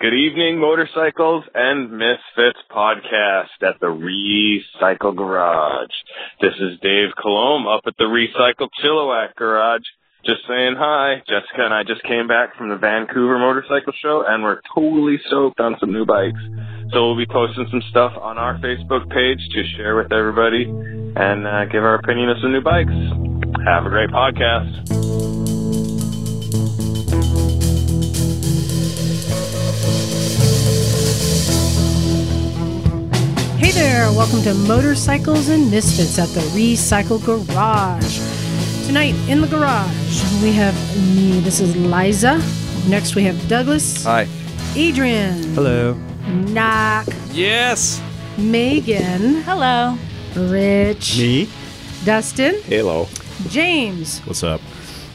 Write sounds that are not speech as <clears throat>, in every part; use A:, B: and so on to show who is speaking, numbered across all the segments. A: Good evening, motorcycles and misfits podcast at the Recycle Garage. This is Dave Colomb up at the Recycle Chilliwack Garage. Just saying hi. Jessica and I just came back from the Vancouver Motorcycle Show and we're totally soaked on some new bikes. So we'll be posting some stuff on our Facebook page to share with everybody and uh, give our opinion of some new bikes. Have a great podcast.
B: Hey there, welcome to Motorcycles and Misfits at the Recycle Garage. Tonight in the garage, we have me, this is Liza. Next, we have Douglas,
C: Hi.
B: Adrian,
C: Hello.
B: Knock,
C: Yes.
B: Megan,
D: Hello.
B: Rich,
C: Me?
B: Dustin,
E: Halo.
B: James.
E: What's up?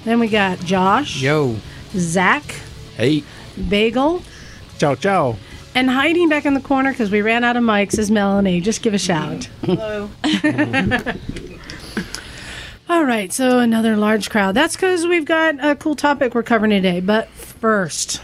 B: Then we got Josh,
C: Yo.
B: Zach,
E: Hey.
B: Bagel,
E: Ciao, ciao.
B: and hiding back in the corner because we ran out of mics is Melanie. Just give a shout.
D: <laughs>
B: Hello. All right, so another large crowd. That's because we've got a cool topic we're covering today. But first,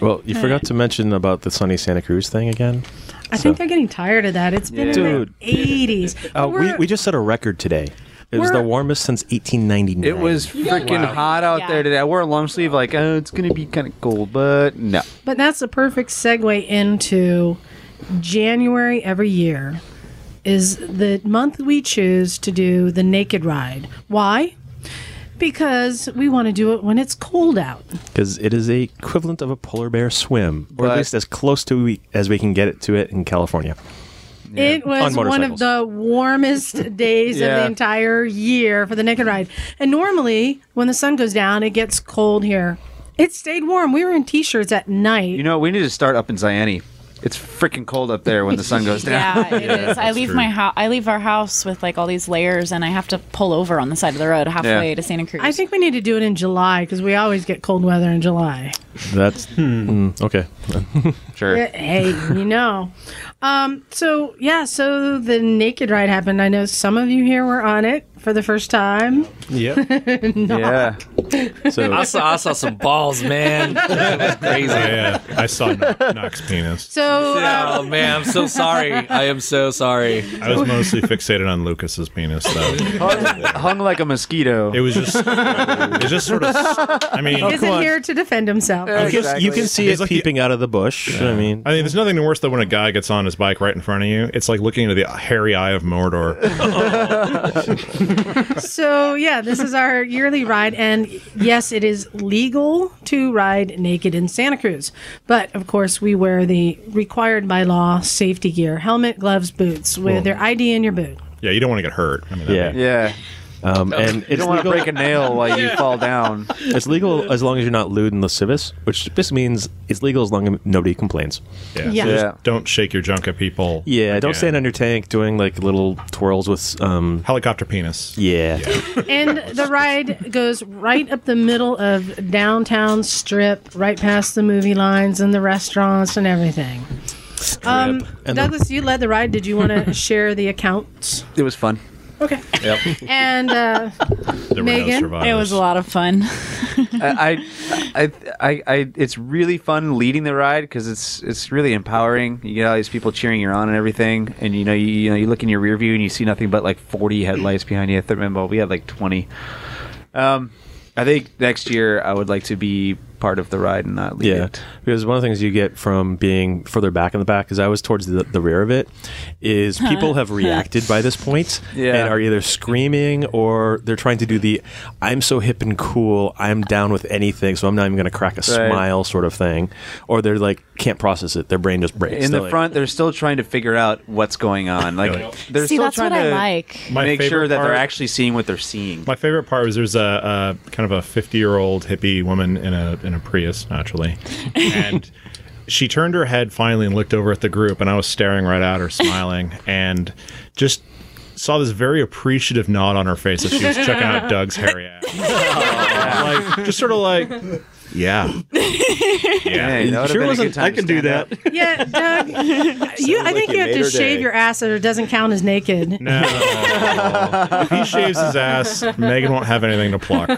E: Well, you forgot to mention about the sunny Santa Cruz thing again.
B: I think they're getting tired of that. It's been in
E: Dude.
B: the 80s.
E: Uh, we,
B: We're-
E: we just set a record today. It was
B: We're-
E: the warmest since 1899.
C: It was freaking hot out there today. I wore a long sleeve, like, oh, it's gonna be kind of cold, but no.
B: But that's the perfect segue into January every year is the month we choose to do the naked ride. Why? Because we want to do it when it's cold out.
E: because it is the equivalent of a polar bear swim, or
C: But-
E: at least as close to we, as we can get it to it in California.
B: It was
E: On
B: one of
E: motorcycles.
B: the warmest
F: <laughs>
B: days of the
C: Yeah.
B: entire year for the naked ride. And normally, when the sun goes down, it gets cold here. It stayed warm. We were in t-shirts at night.
C: You know, we need to start up in Ziani. It's freaking cold up there when the sun goes down.
D: Yeah, it is. I leave my house. I leave our house with like all these layers, and I have to pull over on the side of the road halfway
C: Yeah.
D: to Santa Cruz.
B: I think we need to do it in July because we always get cold weather in July.
E: That's
B: Hmm.
E: Mm, okay.
C: Sure.
B: Uh, hey,
F: <laughs>
B: you know. Um, so yeah, so the naked ride happened. I know some of you here were on it for the first time.
F: <laughs> Yep.
B: <laughs>
C: Yeah.
E: So
F: I saw, I saw some balls, man. That was crazy.
G: yeah, I saw Knox penis.
B: <laughs> So uh,
F: <laughs> Oh man, I'm so
B: <laughs>
F: sorry. I am so sorry.
G: I was <laughs> mostly fixated on Lucas's penis, though.
C: hung, hung like a mosquito.
G: It was just, it's just sort of. I
B: <laughs>
G: mean,
B: isn't here to defend himself.
E: you, can, you can see
G: He's
E: it
G: like the-
E: peeping out of the bush. I mean,
G: I mean, there's nothing worse than when a guy gets on his bike right in front of you. It's like looking into the hairy eye of <laughs> Mordor.
B: so yeah, this is our yearly ride, and yes, it is legal to ride naked in Santa Cruz, but of course we wear the required by law safety gear: helmet, gloves, boots, with their ID in your boot.
G: Yeah, you don't want to get hurt. I mean, that'd
E: yeah.
G: be-
C: yeah.
E: Um, and
C: You
E: it's
C: don't want to
E: legal.
C: break a
B: <laughs>
C: nail while you fall down.
E: <laughs> It's legal as long as you're not lewd and lascivious, which just means it's legal as long as nobody complains.
G: yeah.
B: Yeah.
G: So just
C: Yeah.
G: don't shake your junk at people.
E: Yeah, don't
G: Yeah.
E: stand on your tank doing like little twirls with um.
G: Helicopter penis.
E: Yeah.
B: And the ride goes right up the middle of downtown strip, right past the movie lines and the restaurants and everything. Um,
E: And the-
B: Douglas, you led the ride. Did you want to share the accounts?
C: It was fun.
B: Okay. And uh,
G: There were
B: Megan,
G: no
B: it
G: survivors.
D: it was a lot of fun.
C: I, I, I, I, it's really fun leading the ride because it's it's really empowering. You get all these people cheering you on and everything, and you know you, you know you look in your rear view and you see nothing but like forty headlights behind you. I th- remember we had like twenty. Um, I think next year I would like to be part of the ride and not lead
E: Yeah,
C: it.
E: because one of the things you get from being further back in the back, because I was towards the, the rear of it, is people have reacted by this point
C: Yeah.
E: and are either screaming or they're trying to do the "I'm so hip and cool, I'm down with anything, so I'm not even going to crack a
C: Right.
E: smile" sort of thing, or they're like can't process it, their brain just breaks.
C: In
E: They're
C: the
E: like,
C: front, they're still trying to figure out what's going on. Like
G: Yeah.
C: they're
D: See,
C: still
D: that's
C: trying
D: what
C: to
D: I like.
G: My
C: make
G: favorite
C: sure that
G: part-
C: they're actually seeing what they're
G: <laughs>
C: seeing.
G: My favorite part was there's a, a kind of a 50 year old hippie woman in a in a Prius, naturally, and <laughs> she turned her head finally and looked over at the group, and I was staring right at her, smiling, and just saw this very
H: <laughs>
G: appreciative
E: <laughs> Oh,
G: nod on her face as she was checking out Doug's hairy ass, like just sort of like. Yeah.
C: Yeah,
G: yeah.
C: you know, it would've
E: sure
C: been a
E: wasn't-
C: good time
E: I
C: to
E: can do
C: stand
E: that.
C: up.
B: Yeah,
C: <laughs>
B: Doug, you, I
I: like
B: think
I: you
B: you have
I: made
B: to
I: her
B: shave
I: day.
B: your ass or it doesn't count as naked. <laughs>
G: No. if he shaves his ass,
C: <laughs>
G: Megan won't have anything to pluck.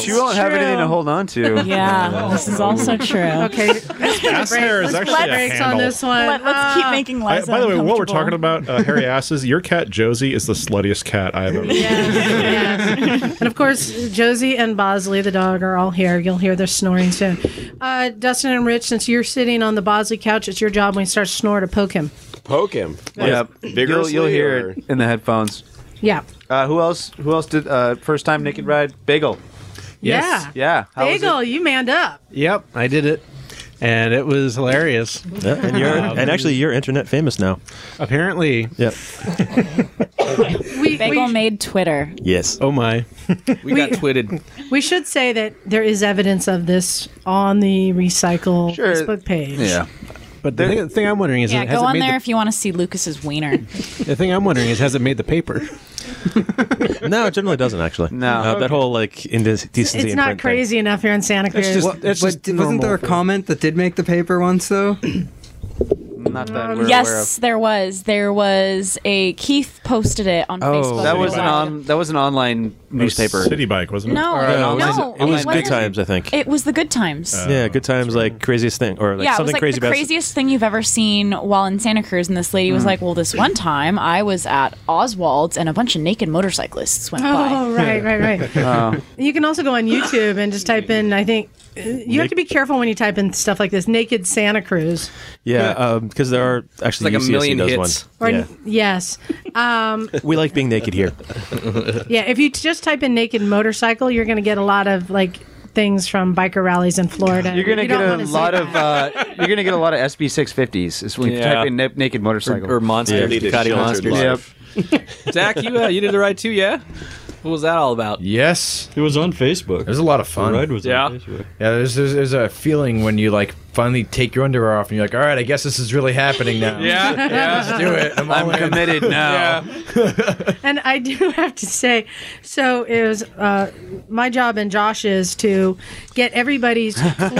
C: She won't <laughs> have
B: true.
C: anything to hold on
D: <laughs>
C: to.
D: Yeah, this is also true.
B: Oh.
D: <laughs>
B: Okay, let's put a
G: Ass
B: break.
G: hair is
B: Let's
G: actually
B: put
G: a
B: breaks on
G: handle.
B: this one.
D: Let, us keep
B: Ah.
D: making
G: I-
D: Liza
G: by the way, what we're
D: uncomfortable.
G: talking about, uh, hairy asses, your cat Josie is the sluttiest cat
C: <laughs>
G: I have ever seen.
B: Yeah, yeah. And of course, Josie and Bosley, the dog, are all here. You'll hear their snoring soon. Uh, Dustin and Rich, since you're sitting on the Bosley couch, it's your job when he starts to snore to poke him.
I: Poke him.
C: Yep. You'll,
I: vigorously
C: you'll hear
I: or-
C: it in the headphones.
B: Yeah.
C: Uh, who else? Who else did uh, first time naked ride? Bagel.
B: Yeah.
C: Yeah. How was it?
B: Bagel, you manned up.
H: Yep, I did it. And it was hilarious. Um,
E: and you're and actually you're internet famous now.
H: Apparently,
E: Yep.
B: We,
D: Bagel
B: we,
D: made Twitter.
E: Yes.
H: oh my.
F: We got twitted.
B: we should say that there is evidence of this on the Recycle
C: Sure.
B: Facebook page.
C: Yeah.
H: But the thing, the thing I'm wondering is,
D: Yeah,
H: it
D: go
H: hasn't
D: on
H: made
D: there if you want to see Lucas's wiener.
H: The, the thing I'm wondering is, has it made the paper?
E: <laughs> No, it generally doesn't actually.
C: No.
E: Uh, that whole like indecency.
B: It's
E: in
B: not
E: print thing.
B: crazy enough here in Santa Cruz.
H: just- That's
J: but d- wasn't there a comment that did make the paper once
B: <laughs>
J: though?
C: Not that we're aware
D: yes,
C: of.
D: there was. There was a Keith posted it on Facebook.
C: Oh, That was
D: It
C: an on. That was an online newspaper. Uh, <laughs>
G: City bike, wasn't it?
D: No,
C: no,
D: no,
C: it was-
E: It was good
D: wasn't.
E: times, I think.
D: It was the good times.
E: yeah, good times, like craziest thing, or like
D: yeah, it was
E: something
D: like
E: crazy.
D: the
E: about- Mm.
D: craziest thing you've ever seen while in Santa Cruz. And this lady was like, "Well, this one time I was at Oswald's and a bunch of naked motorcyclists went by."
B: Oh, right, right,
D: <laughs>
B: right. You can also go on YouTube and just type in, I think, uh, you have to be careful when you type in stuff like this naked Santa Cruz.
E: Yeah, because there are actually
F: It's like a
E: UCSC
F: million
E: does
F: hits.
E: one.
B: Or,
E: Yeah.
B: yes. Um,
E: we like being
B: <laughs>
E: naked here.
B: yeah, if you just type in naked motorcycle, you're going to get a lot of like things from biker rallies in Florida.
C: You're gonna
B: You don't
C: get a
B: wanna see
C: lot of.
B: that.
C: Uh, you're gonna get a lot of SB 650s. It's when you
F: Yeah.
C: type in na- naked motorcycle.
F: Or monsters.
I: Yeah.
F: Ducati
I: Sheltered
F: monsters.
I: life.
C: yep.
F: Zach, you uh, you did the ride too, yeah? What was that all about?
K: Yes,
H: It was on Facebook.
K: it was a lot of fun.
H: was
F: on Yeah.
H: Facebook.
K: Yeah, there's, there's there's a feeling when you like finally take your underwear off and you're like, all right, I guess this is really happening now. <laughs>
F: yeah.
K: do it. I'm, all
C: I'm
K: in. <laughs>
C: committed now.
B: And I do <laughs> have to say, so it was uh, my job and Josh's to get everybody's
J: <laughs>
B: clothes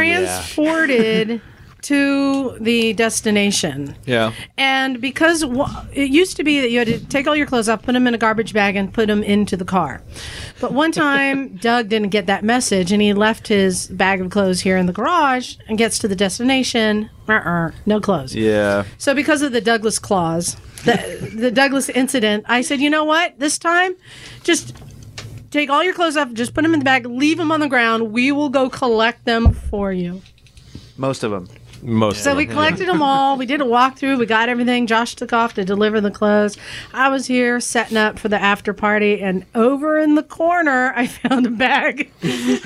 B: transported to the destination.
F: Yeah.
B: And because wh- it used to be that you had to take all your clothes off, put them in a garbage bag, and put them into the car. But one time, Doug didn't get that message, and he left his bag of clothes here in the garage and gets to the destination. Uh-uh, no clothes.
C: Yeah.
B: So, because of the Douglas clause, the, the Douglas incident, I said, you know what? This time, just take all your clothes off, just put them in the bag, leave them on the ground. We will go collect them for you.
C: Most of them.
E: Most.
B: So we collected them <laughs> all. We did a walkthrough. We got everything. Josh took off to deliver the clothes. I was here setting up for the after party, and over in the corner, I found a bag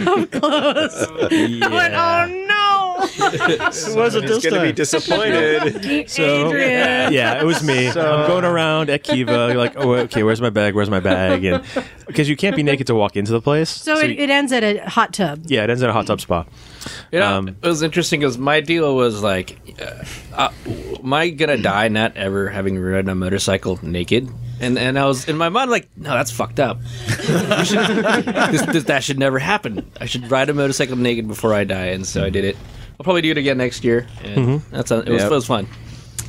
B: of clothes. I went, oh
C: <laughs>
E: it wasn't
I: He's gonna be disappointed.
B: <laughs> no,
E: So-
B: Adrian.
E: yeah, it was me. I'm going around at Kiva,
B: <laughs>
E: you're like, oh, okay, where's my bag? Where's my bag? And because you can't be naked to walk into the place.
B: So it,
E: you-
B: it ends at a hot tub.
E: yeah, it ends in a hot tub spa.
F: You know,
E: Um,
F: it was interesting because my deal was like, uh, uh, am I gonna die not ever having ridden a motorcycle naked? And and I was in my mind like, no, that's fucked up. You should- this- this- that should never happen. I should ride a motorcycle naked before I die, and so I did it. I'll probably do it again next year. And
E: Mm-hmm.
F: That's a, it, was,
C: Yep.
F: it was fun.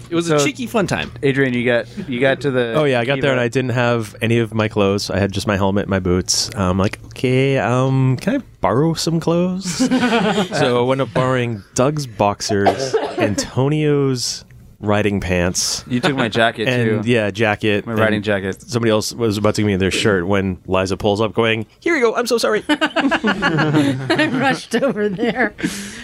F: It was a
C: So-
F: cheeky fun time.
C: Adrian, you got you got to the.
E: Oh yeah, I got there and I
C: Kiva.
E: didn't have any of my clothes. I had just my helmet, and my boots. I'm like, okay, um, can I borrow some clothes? so I wound up borrowing Doug's boxers, Antonio's riding pants,
C: You took my jacket
E: and
C: too.
E: yeah, jacket.
C: My riding
E: and
C: jacket.
E: Somebody else was about to give me their shirt when Liza pulls up, going, "Here you go. I'm so sorry."
B: I rushed over there.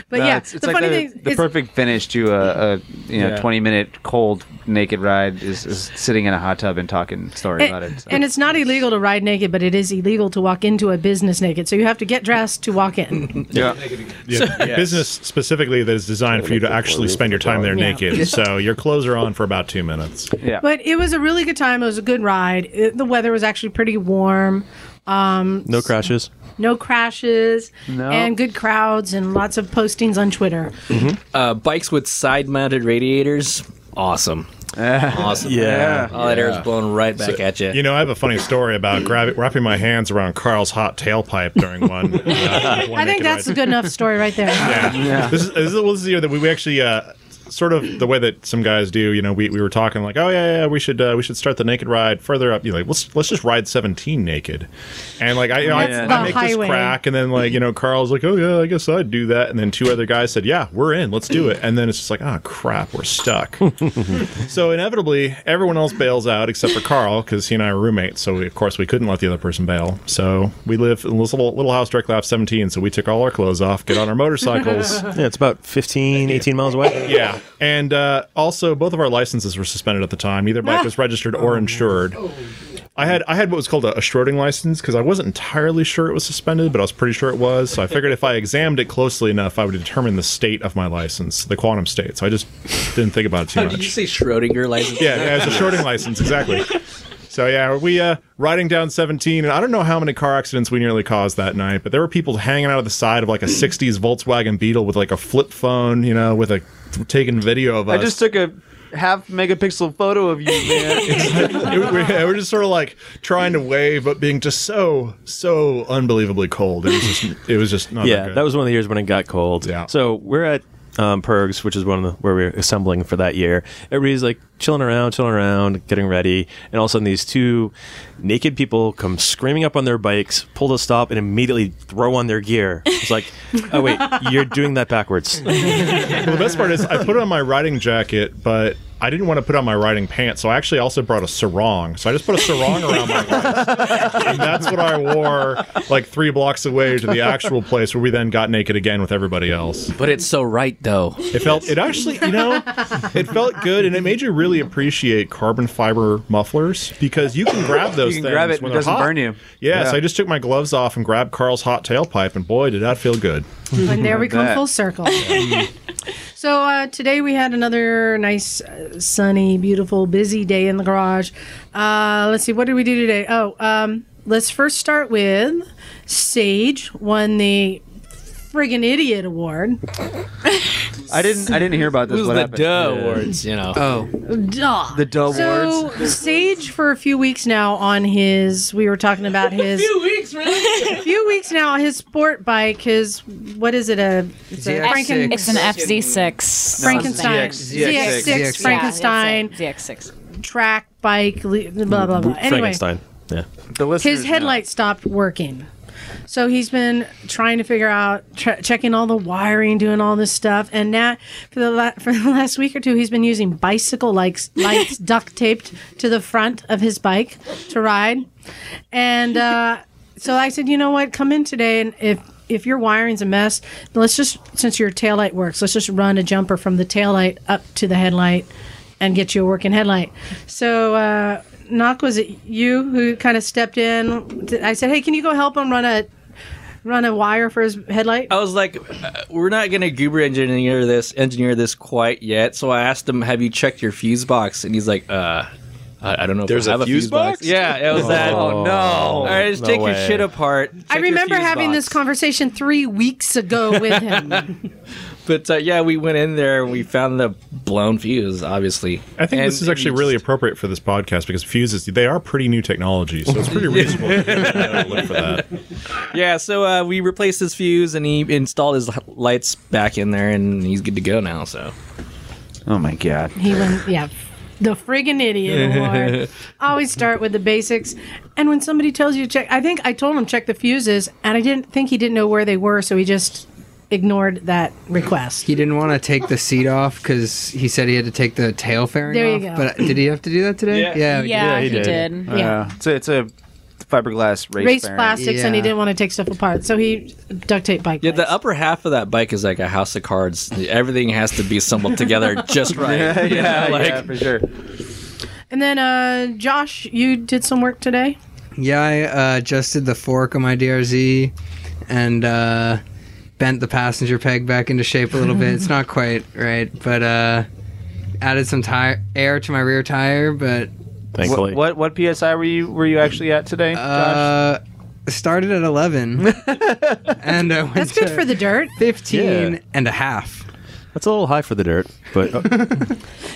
B: But yeah,
C: it's, it's
B: the
C: like
B: funny
C: the,
B: thing
C: the
B: is,
C: perfect finish to a, a you know
F: Yeah.
C: twenty minute cold naked ride is, is sitting in a hot tub and talking story about it. So-
B: And it's not illegal to ride naked, but it is illegal to walk into a business naked. So you have to get dressed to walk
G: <laughs>
B: in.
G: Yeah, Business specifically that is designed for you to actually spend your time there
B: Yeah.
G: naked. So your clothes are on for about two minutes.
C: yeah.
B: But it was a really good time. It was a good ride. It- the weather was actually pretty warm. Um,
E: No crashes.
B: No crashes
C: No.
B: and good crowds and lots of postings on Twitter.
F: Uh, bikes with side mounted radiators, awesome. Awesome.
G: Yeah.
F: All that air is
G: Yeah.
F: blown right back at you.
G: You know, I have a funny story about grabbing, wrapping my hands around Carl's hot tailpipe during one. uh, one
B: I think
G: naked
B: that's
G: ride.
B: a good enough story right there.
G: <laughs>
B: <laughs>
G: Yeah. This, is, this was the year that we, we actually uh, sort of the way that some guys do. You know, we, we were talking like, oh yeah, yeah, we should uh, we should start the naked ride further up. You know, like, let's let's just ride seventeen naked, and like I, you know, I,
L: That's
G: I
L: the
G: make
L: highway.
G: this crack, and then like you know, Carl's like, oh yeah, I guess I'd do that, and then two other guys said, yeah, we're in, let's do it, and then it's just like, ah, crap, we're stuck. <laughs> so inevitably, everyone else bails out except for Carl because he and I are roommates. So we, of course, we couldn't let the other person bail. So we live in this little little house directly off 17. So we took all our clothes off, get on our motorcycles.
E: <laughs> Yeah, it's about 15, 18 miles away.
G: yeah, and uh, also both of our licenses were suspended at the time. Neither bike was registered or insured. I had I had what was called a, a Schroding license because I wasn't entirely sure it was suspended, but I was pretty sure it was. So I figured if I examined it closely enough, I would determine the state of my license, the quantum state. So I just didn't think about
F: <laughs>
G: it too
F: Oh, Did
G: much.
F: you say Schrodinger license?
G: <laughs> Yeah, yeah, it's a
C: <laughs>
G: shorting license, exactly. So yeah, we uh riding down 17 and I don't know how many car accidents we nearly caused that night, but there were people hanging out of the side of like a
C: Hmm.
G: 60s Volkswagen Beetle with like a flip phone, you know, with a taking video of us.
C: I just took a half megapixel photo of you, man.
G: It- <laughs> we, yeah, we're just sort of like trying to wave but being just so so unbelievably cold. It was just it was just not
E: yeah,
G: that
E: that,
G: good.
E: was one of the years when it got cold. Yeah. So we're at um, Pergs, which is one of the, where we are assembling for that year. Everybody's like chilling around, chilling around, getting ready, and all of a sudden these two naked people come screaming up on their bikes, pull the stop, and immediately throw on their gear. It's like,
B: <laughs>
E: oh wait, you're doing that backwards.
G: well, the best part is I put on my riding jacket, but I didn't want to put on my riding pants, so I actually also brought a sarong. So I just put a sarong around my waist, and that's what I wore <laughs> like three blocks away to the actual place where we then got naked again with everybody else.
F: But it's so right though.
G: It felt it actually, you know, it felt good, and it made you really appreciate carbon fiber mufflers because you can grab those.
C: You can
G: things
C: grab it,
G: when
C: it
G: they're
C: doesn't
G: hot.
C: burn you.
G: Yeah,
C: Yeah.
G: so I just took my gloves off and grabbed Carl's hot tailpipe, and boy, did that feel good.
B: And there we come full circle. so uh, today we had another nice, uh, sunny, beautiful, busy day in the garage. Uh, let's see, what did we do today? Oh, um, let's first start with Sage won the friggin' idiot award.
C: <laughs> I didn't. I didn't hear about this.
F: Who's
C: what
F: the
C: happened?
F: duh awards, you know?
C: Oh,
B: Duh.
C: the duh awards.
B: So Sage for a few weeks now on his we were talking
C: <laughs>
B: about his
M: weeks,
B: <laughs> a few weeks now on his sport bike his what is it a it's a
D: ZX6.
B: Franken-
D: It's an FZ6.
B: Frankenstein
D: Something. ZX6.
B: ZX6
D: Yeah,
B: Frankenstein
D: ZX6
B: track bike le- blah blah blah anyway
E: Frankenstein. Yeah.
C: The
B: his headlight stopped working. So he's been trying to figure out, tr- checking all the wiring, doing all this stuff, and now for the la- <laughs> for the last week or two, he's been using bicycle likes lights duct taped to the front of his bike to ride. And uh, so I said, you know what, come in today, and if if your wiring's a mess, let's just since your taillight works, let's just run a jumper from the taillight up to the headlight and get you a working headlight. So, uh, Knock, was it you who kind of stepped in? I said, "Hey, can you go help him run a run a wire for his headlight?"
F: I was like, uh, we're not gonna goober engineer this engineer this quite yet. So I asked him, "Have you checked your fuse box?" And he's like, "Uh, I, I don't know. if
I: There's
F: I
I: a
F: have
I: fuse box?
F: Yeah, it was that.
I: Oh, no.
F: All right, just
I: No
F: take your
I: way.
F: shit apart.
B: I
F: check your
B: remember
F: fuse
B: having
F: box."
B: this conversation three weeks ago with him.
F: <laughs> But uh, yeah, we went in there and we found the blown fuse. Obviously,
G: I think
F: And-
G: this is actually really appropriate for this podcast because fuses they are pretty new technology, so
F: <laughs>
G: it's pretty reasonable to look for that.
F: Yeah, so uh, we replaced his fuse and he installed his h- lights back in there, and he's good to go now. So,
C: oh
B: <laughs>
C: my god,
B: He won, yeah, the friggin' idiot
F: <laughs>
B: award. Always start with the basics. And when somebody tells you to check, I think I told him check the fuses, and I didn't think he didn't know where they were, so he just ignored that request.
J: He didn't want to take the seat off because he said he had to take the tail fairing
B: There you go.
J: off. But did he have to do that today?
B: Yeah.
J: we
B: Yeah, Yeah, he he did. did. Yeah.
C: Uh, it's a, it's a fiberglass race.
B: Race,
C: bearing.
B: plastics, and he didn't want to take stuff apart, so he duct tape bike.
F: yeah, the upper half of that bike is like a house of cards. Everything has to be assembled together just
C: <laughs>
F: right. <laughs>
C: Yeah,
F: You know,
C: yeah,
F: like-
C: yeah, for sure.
B: And then uh, Josh, you did some work today.
J: Yeah, I uh, adjusted the fork on my DRZ and uh, bent the passenger peg back into shape a little bit.
B: <laughs>
J: It's not quite right, but uh, added some tire air to my rear tire. But
C: What, what what psi were you were you actually at today?
J: Uh, started at
E: <laughs>
J: eleven, and <laughs> I went
B: That's good
J: to
B: for the dirt.
J: 15
C: Yeah.
J: and a half.
E: That's a little high for the dirt, but uh,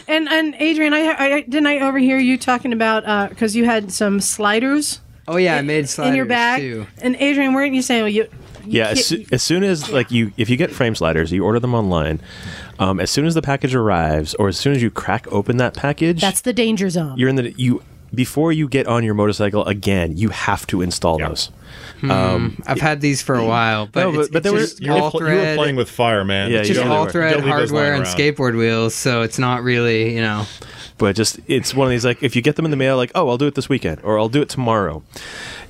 B: And and Adrian, I, I I- didn't I overhear you talking about because you had some sliders.
J: Oh yeah, I made
B: in your
J: sliders,
B: bag.
J: too.
B: And Adrian, weren't you saying well, you?
E: yeah, as, soo- as soon as like you, if you get frame sliders, you order them online. Um, as soon as the package arrives, or as soon as you crack open that package,
B: That's the danger zone.
E: you're in the you before you get on your motorcycle again. You have to install those. Um,
J: Hmm, I've had these for a while, but
E: No,
J: it's-
E: but- but
J: it's
E: there were-
J: just
E: you were
J: all
E: pl- you
J: thread,
E: were playing with
G: fire, man.
E: Yeah,
J: it's
E: you
J: just
E: don't-
J: all
E: don't
J: thread
E: leave those
J: hardware
E: lying
J: and
E: around.
J: skateboard wheels, so it's not really you know.
E: but just it's one of these like if you get them in the mail like oh i'll do it this weekend or i'll do it tomorrow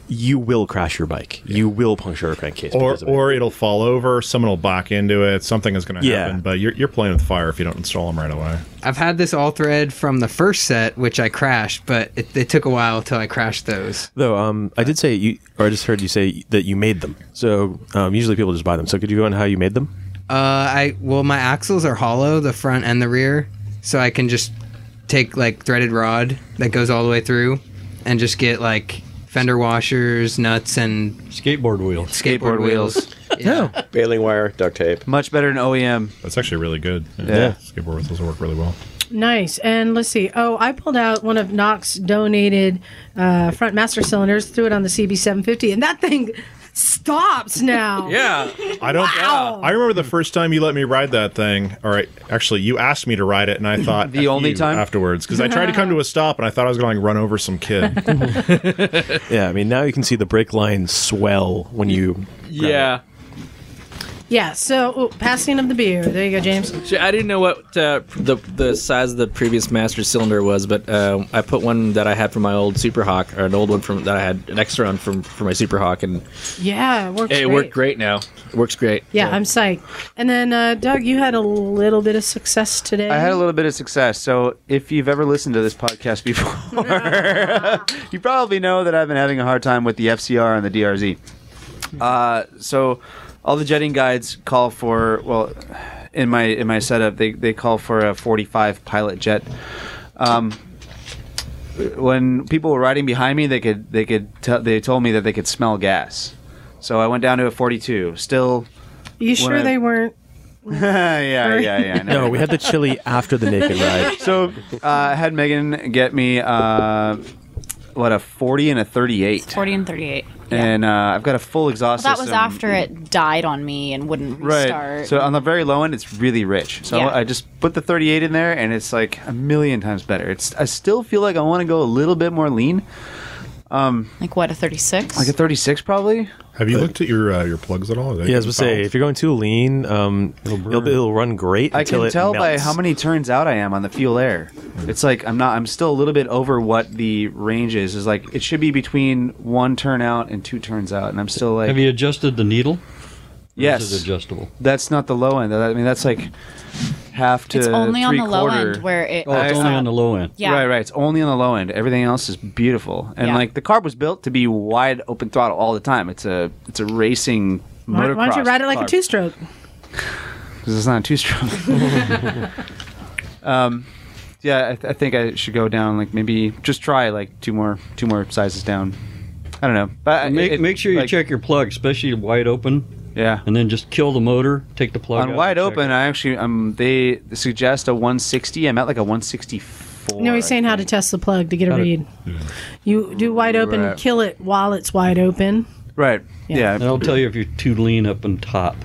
E: you will crash your bike you will puncture a crankcase
G: or
E: because of it.
G: or it'll fall over. Someone will back into it. Something is going to
E: Yeah.
G: happen. But you're you're playing with fire if you don't install them right away.
J: I've had this all thread from the first set, which I crashed, but it, it took a while till I crashed those.
E: though um i did say you or i just heard you say that you made them so um, usually people just buy them so could you go on how you made them
J: Uh, I well, my axles are hollow, the front and the rear, so I can just take like threaded rod that goes all the way through, and just get like fender washers, nuts, and
H: skateboard wheels.
J: Skateboard
H: <laughs>
J: wheels.
E: yeah.
I: Baling wire, duct tape.
C: Much better than OEM.
G: That's actually really good. Yeah.
C: Yeah.
G: Skateboard with those will work really well.
B: Nice. And let's see. Oh, I pulled out one of Knox donated uh, front master cylinders, threw it on the CB750, and that thing stops now. <laughs>
G: Yeah. I don't. I remember the first time you let me ride that thing. All right. Actually, you asked me to ride it, and I thought
C: The
G: "F
C: only
G: you,"
C: time?
G: afterwards because I tried to come to a stop and I thought I was going to like, run over some kid.
E: yeah i mean now you can see the brake line swell when you
F: Yeah.
B: Yeah. So ooh, passing of the beer. There you go, James.
F: So I didn't know what uh, the the size of the previous master cylinder was, but uh, I put one that I had from my old Super Hawk, or an old one from that I had an extra one from for my Super Hawk, and
B: Yeah, it works.
F: it
B: great.
F: worked great. Now it works great.
B: Yeah, I'm psyched. And then uh, Doug, you had a little bit of success today.
C: I had a little bit of success. So if you've ever listened to this podcast <laughs> before, you probably know that I've been having a hard time with the FCR and the DRZ. Uh, so all the jetting guides call for well, in my in my setup they they call for a 45 pilot jet. Um, when people were riding behind me, they could they could tell they told me that they could smell gas. So I went down to a 42. Still,
B: you sure
C: when I-
B: they
C: <laughs>
B: weren't?
C: yeah, Uh, yeah, <laughs> yeah.
E: no we had the chili after the naked
C: <laughs>
E: ride
C: So uh, I had Megan get me uh, what a forty and a thirty-eight,
D: 40 and 38.
C: and uh, I've got a full
D: Well,
C: exhaust.
D: that was
E: um,
C: system.
D: after it died on me and wouldn't
C: Right.
D: restart.
C: So
E: uh,
C: on the very low end, it's really rich. So
D: Yeah.
C: I just put the 38 in there, and it's like a million times better. It's I still feel like I want to go a little bit more lean. Um,
D: like what a 36,
C: like a 36 probably.
G: Have you looked at your uh, your plugs at all?
E: <laughs> yeah, I was gonna say if you're going too lean, um, it'll, it'll, run great.
C: I
E: until
C: can
E: it
C: tell by
E: melts. Hmm.
C: how many turns out I am on the fuel air. It's like I'm not. I'm still a little bit over what the range is. Is like it should be between one turn out and two turns out, and I'm still like.
H: Have you adjusted the needle?
C: Yes.
H: This is adjustable.
C: That's not the low end. though. I mean, that's like half to.
D: It's only on
C: three
D: the low
C: quarter.
D: end where it
H: Oh, it's
D: goes
H: only
D: up.
H: on the low end.
D: Yeah.
C: Right, right. It's only on the low end. Everything else is beautiful. And
D: Yeah.
C: like the car was built to be wide open throttle all the time. It's a it's a racing
B: Why,
C: motocross.
B: why don't you ride it like a two-stroke?
C: Because it's not a two
E: <laughs>
C: stroke. um, yeah, I, th- I think I should go down. Like maybe just try like two more two more sizes down. I don't know, but I-
H: Make,
C: it-
H: make sure you
C: like,
H: check your plug, especially wide open.
C: Yeah.
H: And then just kill the motor, take the plug
C: on
H: out,
C: wide
H: check
C: open. I actually um they suggest a 160. I'm at like a 164.
B: No, he's saying how to test the plug to get a
C: How to-
B: read. You do wide open,
C: Right.
B: kill it while it's wide open.
C: Right.
B: Yeah.
H: it. That'll tell you if you're too lean up on top.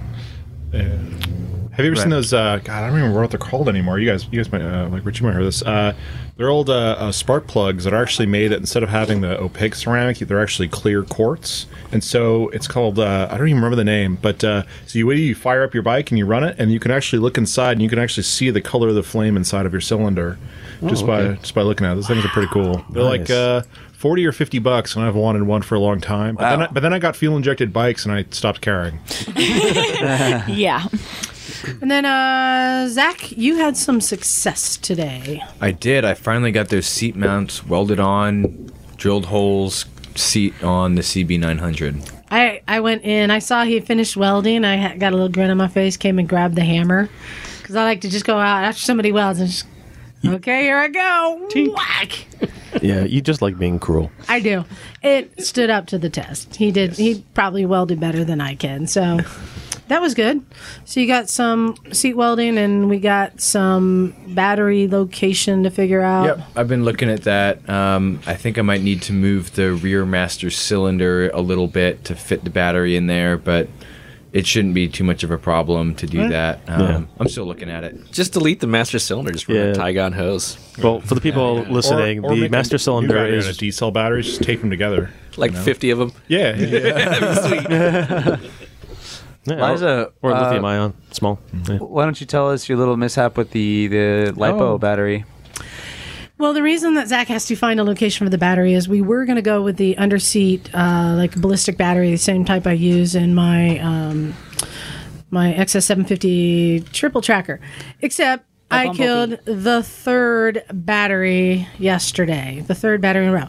G: Have you ever seen
H: Right.
G: those? Uh, God, I don't remember what they're called anymore. You guys, you guys might uh, like Rich. You might hear this. Uh, they're old uh, uh, spark plugs that are actually made that instead of having the opaque ceramic, they're actually clear quartz. And so it's called. Uh, I don't even remember the name, but uh, so you you fire up your bike and you run it, and you can actually look inside and you can actually see the color of the flame inside of your cylinder,
H: Oh,
G: just by
H: okay.
G: just by looking at it. Those things are pretty cool. They're like.
H: Nice.
G: Uh, 40 or 50 bucks and I've wanted one for a long time. But, then I, but then I got fuel injected bikes and I
H: <laughs>
G: stopped caring.
D: yeah.
B: <laughs> And then uh, Zach, you had some success today.
K: I did. I finally got those seat mounts welded on, drilled holes, seat on the CB900.
B: I, I went in. I saw he finished welding. I ha- got a little grin on my face. Came and grabbed the hammer because I like to just go out after somebody welds and just okay, here I go. Whack!
E: <laughs> Yeah, you just like being cruel.
B: I do. It stood up to the test. He did. He probably welded better than I can. So That was good. So you got some seat welding, and we got some battery location to figure out.
K: Yep, I've been looking at that. Um, I think I might need to move the rear master cylinder a little bit to fit the battery in there, but it shouldn't be too much of a problem to do
F: Right.
K: that. Um,
F: Yeah.
K: I'm still looking at it.
F: Just delete the master cylinder. Just run a Tygon hose.
E: Well, for the people listening,
F: or
E: the
F: make a
E: master
F: new
E: cylinder
F: battery
E: is
F: out
G: of D cell batteries. Just tape them together.
F: Like
G: you know?
F: 50 of them.
E: <laughs>
G: Yeah.
F: <laughs>
G: yeah.
E: Yeah,
C: Liza,
E: or, or
C: uh,
E: lithium ion, small. Yeah.
C: Why don't you tell us your little mishap with the the lipo
E: Oh.
C: battery?
B: Well, the reason that Zach has to find a location for the battery is we were going to go with the underseat, uh, like ballistic battery, the same type I use in my um, my XS750 triple tracker. Except
L: A
B: I
L: bumblebee.
B: killed the third battery yesterday, the third battery in a row.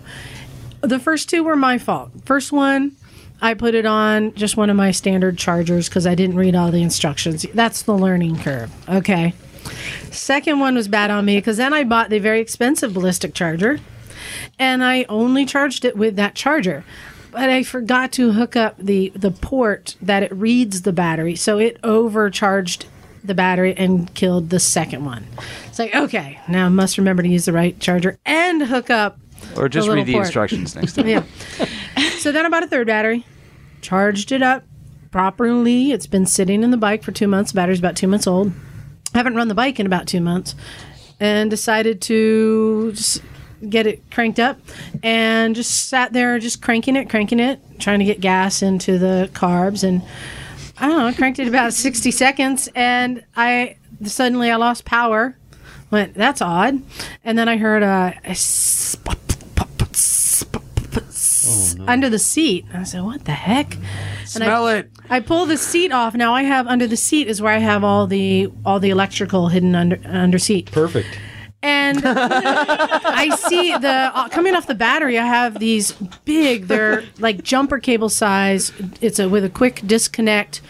B: The first two were my fault. First one, I put it on just one of my standard chargers because I didn't read all the instructions. That's the learning curve. Okay. Second one was bad on me because then I bought the very expensive ballistic charger and I only charged it with that charger. But I forgot to hook up the, the port that it reads the battery. So it overcharged the battery and killed the second one. It's like, okay, now I must remember to use the right charger and hook up.
C: Or just
B: little
C: read the
B: port. <laughs>
C: instructions next time.
B: yeah. So then I bought a third battery, charged it up properly. It's been sitting in the bike for two months. Battery's about two months old. haven't run the bike in about two months, and decided to just get it cranked up, and just sat there just cranking it, cranking it, trying to get gas into the carbs, and I don't know, I cranked it about sixty seconds, and I suddenly I lost power. Went, that's odd, and then I heard a. a s- under the seat. And I said, "What the heck?"
C: Oh, Smell
B: I,
C: it.
B: I pull the seat off. Now I have under the seat is where I have all the all the electrical hidden under under seat.
M: Perfect.
B: And I see the uh, coming off the battery. I have these big, they're like jumper cable size. It's a with a quick disconnect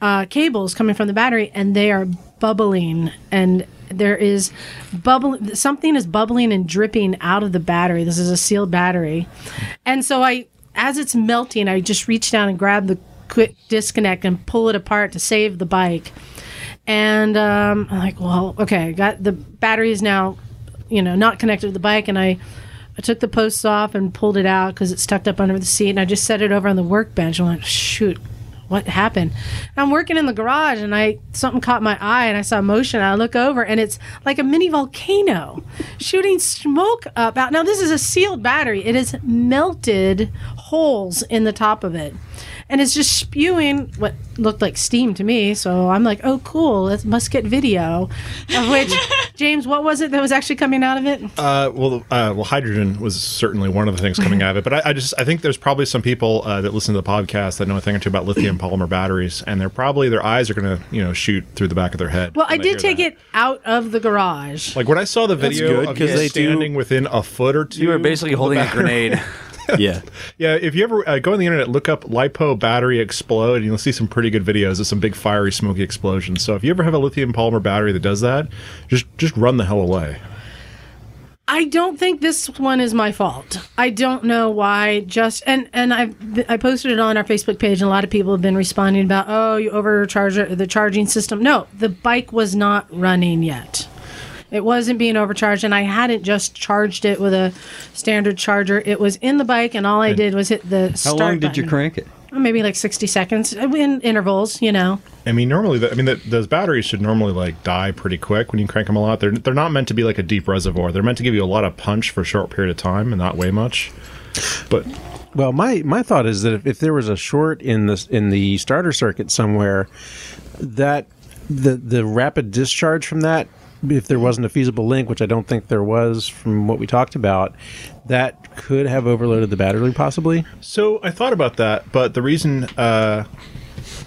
B: uh, cables coming from the battery, and they are bubbling. And there is bubble. Something is bubbling and dripping out of the battery. This is a sealed battery, and so I, as it's melting, I just reach down and grab the quick disconnect and pull it apart to save the bike. And um, I'm like, well, okay, got the battery is now, you know, not connected to the bike, and I, I took the posts off and pulled it out because it's tucked up under the seat, and I just set it over on the workbench. and went, shoot, what happened? I'm working in the garage, and I something caught my eye, and I saw motion. And I look over, and it's like a mini volcano, shooting smoke up out. Now this is a sealed battery; it has melted holes in the top of it and it's just spewing what looked like steam to me. So I'm like, oh, cool, it must get video. Of which, James, what was it that was actually coming out of it?
G: Uh, well, uh, well, hydrogen was certainly one of the
B: <laughs>
G: things coming out of it. But I, I just I think there's probably some people uh, that listen to the podcast that know a thing or two about lithium polymer batteries, and they're probably their eyes are going to you know shoot through the back of their head.
B: Well, I
G: when they
B: did
G: hear
B: take it out of of the garage.
G: that. Like when I saw the
E: That's
G: video
E: good,
G: of
E: 'cause
G: you
E: they do-
G: standing within a foot or
M: <laughs>
G: two, you were basically
E: <laughs>
C: holding a grenade.
E: yeah,
G: yeah. If you ever uh, go on the internet, look up lipo battery explode, and you'll see some pretty good videos of some big fiery, smoky explosions. So if you ever have a lithium polymer battery that does that, just just run the hell away.
B: I don't think this one is my fault. I don't know why. Just and and I I posted it on our Facebook page, and a lot of people have been responding about, oh, you overcharge it- the charging system. No, the bike was not running yet. It wasn't being overcharged, and I hadn't just charged it with a standard charger. It was in the bike, and all I did was hit the.
M: How
B: start
M: long did you
B: button.
M: crank it?
B: Maybe like sixty seconds uh, in intervals, you know.
G: I mean, normally, the, I mean, the, those batteries should normally like die pretty quick when you crank them a lot. They're they're not meant to be like a deep reservoir. They're meant to give you a lot of punch for a short period of time and not weigh much. But
H: Well, my, my thought is that if, if there was a short in the in the starter circuit somewhere, that the the rapid discharge from that, if there wasn't a feasible link, which I don't think there was from what we talked about, that could have overloaded the battery possibly.
G: So I thought about that, but the reason uh,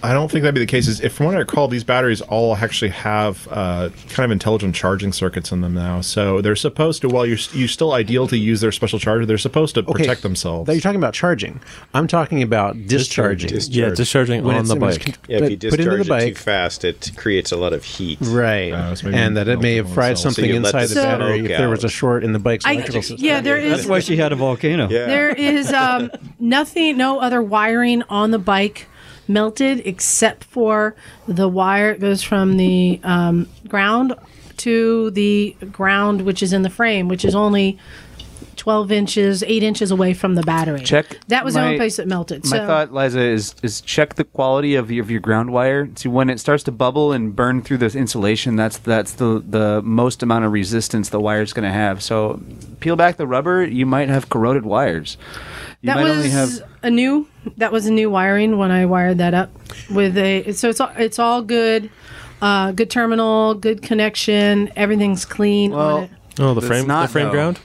G: I don't think that'd be the case is if, from what I recall, these batteries all actually have uh, kind of intelligent charging circuits in them now. So they're supposed to, while you're, you still ideal to use their special charger, they're supposed to
H: Okay.
G: protect themselves.
H: That you're talking about charging. I'm talking about discharging.
E: Yeah, discharging
H: When
E: on
H: it's
E: the
H: in its
E: bike.
H: con-
M: Yeah, if you
H: put into
M: discharge
H: the
M: it too
H: bike,
M: fast, it creates a lot of heat.
H: right,
E: Oh,
H: and that it may have fried
M: So you
H: something
M: let
H: inside the
B: So-
H: battery if
M: smoke
H: there
M: out.
H: was a short in the bike's
B: I-
H: electrical system.
B: yeah, there is-
M: That's why she had a
B: <laughs>
M: volcano.
B: um,
C: <laughs>
B: There is um, nothing, no other wiring on the bike. melted except for the wire that goes from the um, ground to the ground, which is in the frame, which is only 12 inches, 8 inches away from the battery.
C: Check.
B: That was the only
C: my-
B: place that melted.
C: My
B: so
C: thought, Liza, is is check the quality of your, of your ground wire. See when it starts to bubble and burn through this insulation. That's that's the the most amount of resistance the wire's going to have. So peel back the rubber, you might have corroded wires. You
B: that
C: might
B: was
C: only have
B: a new that was a new wiring when I wired that up with a so it's all, it's all good uh, good terminal, good connection, everything's clean on it.
E: Oh, the frame, the frame ground.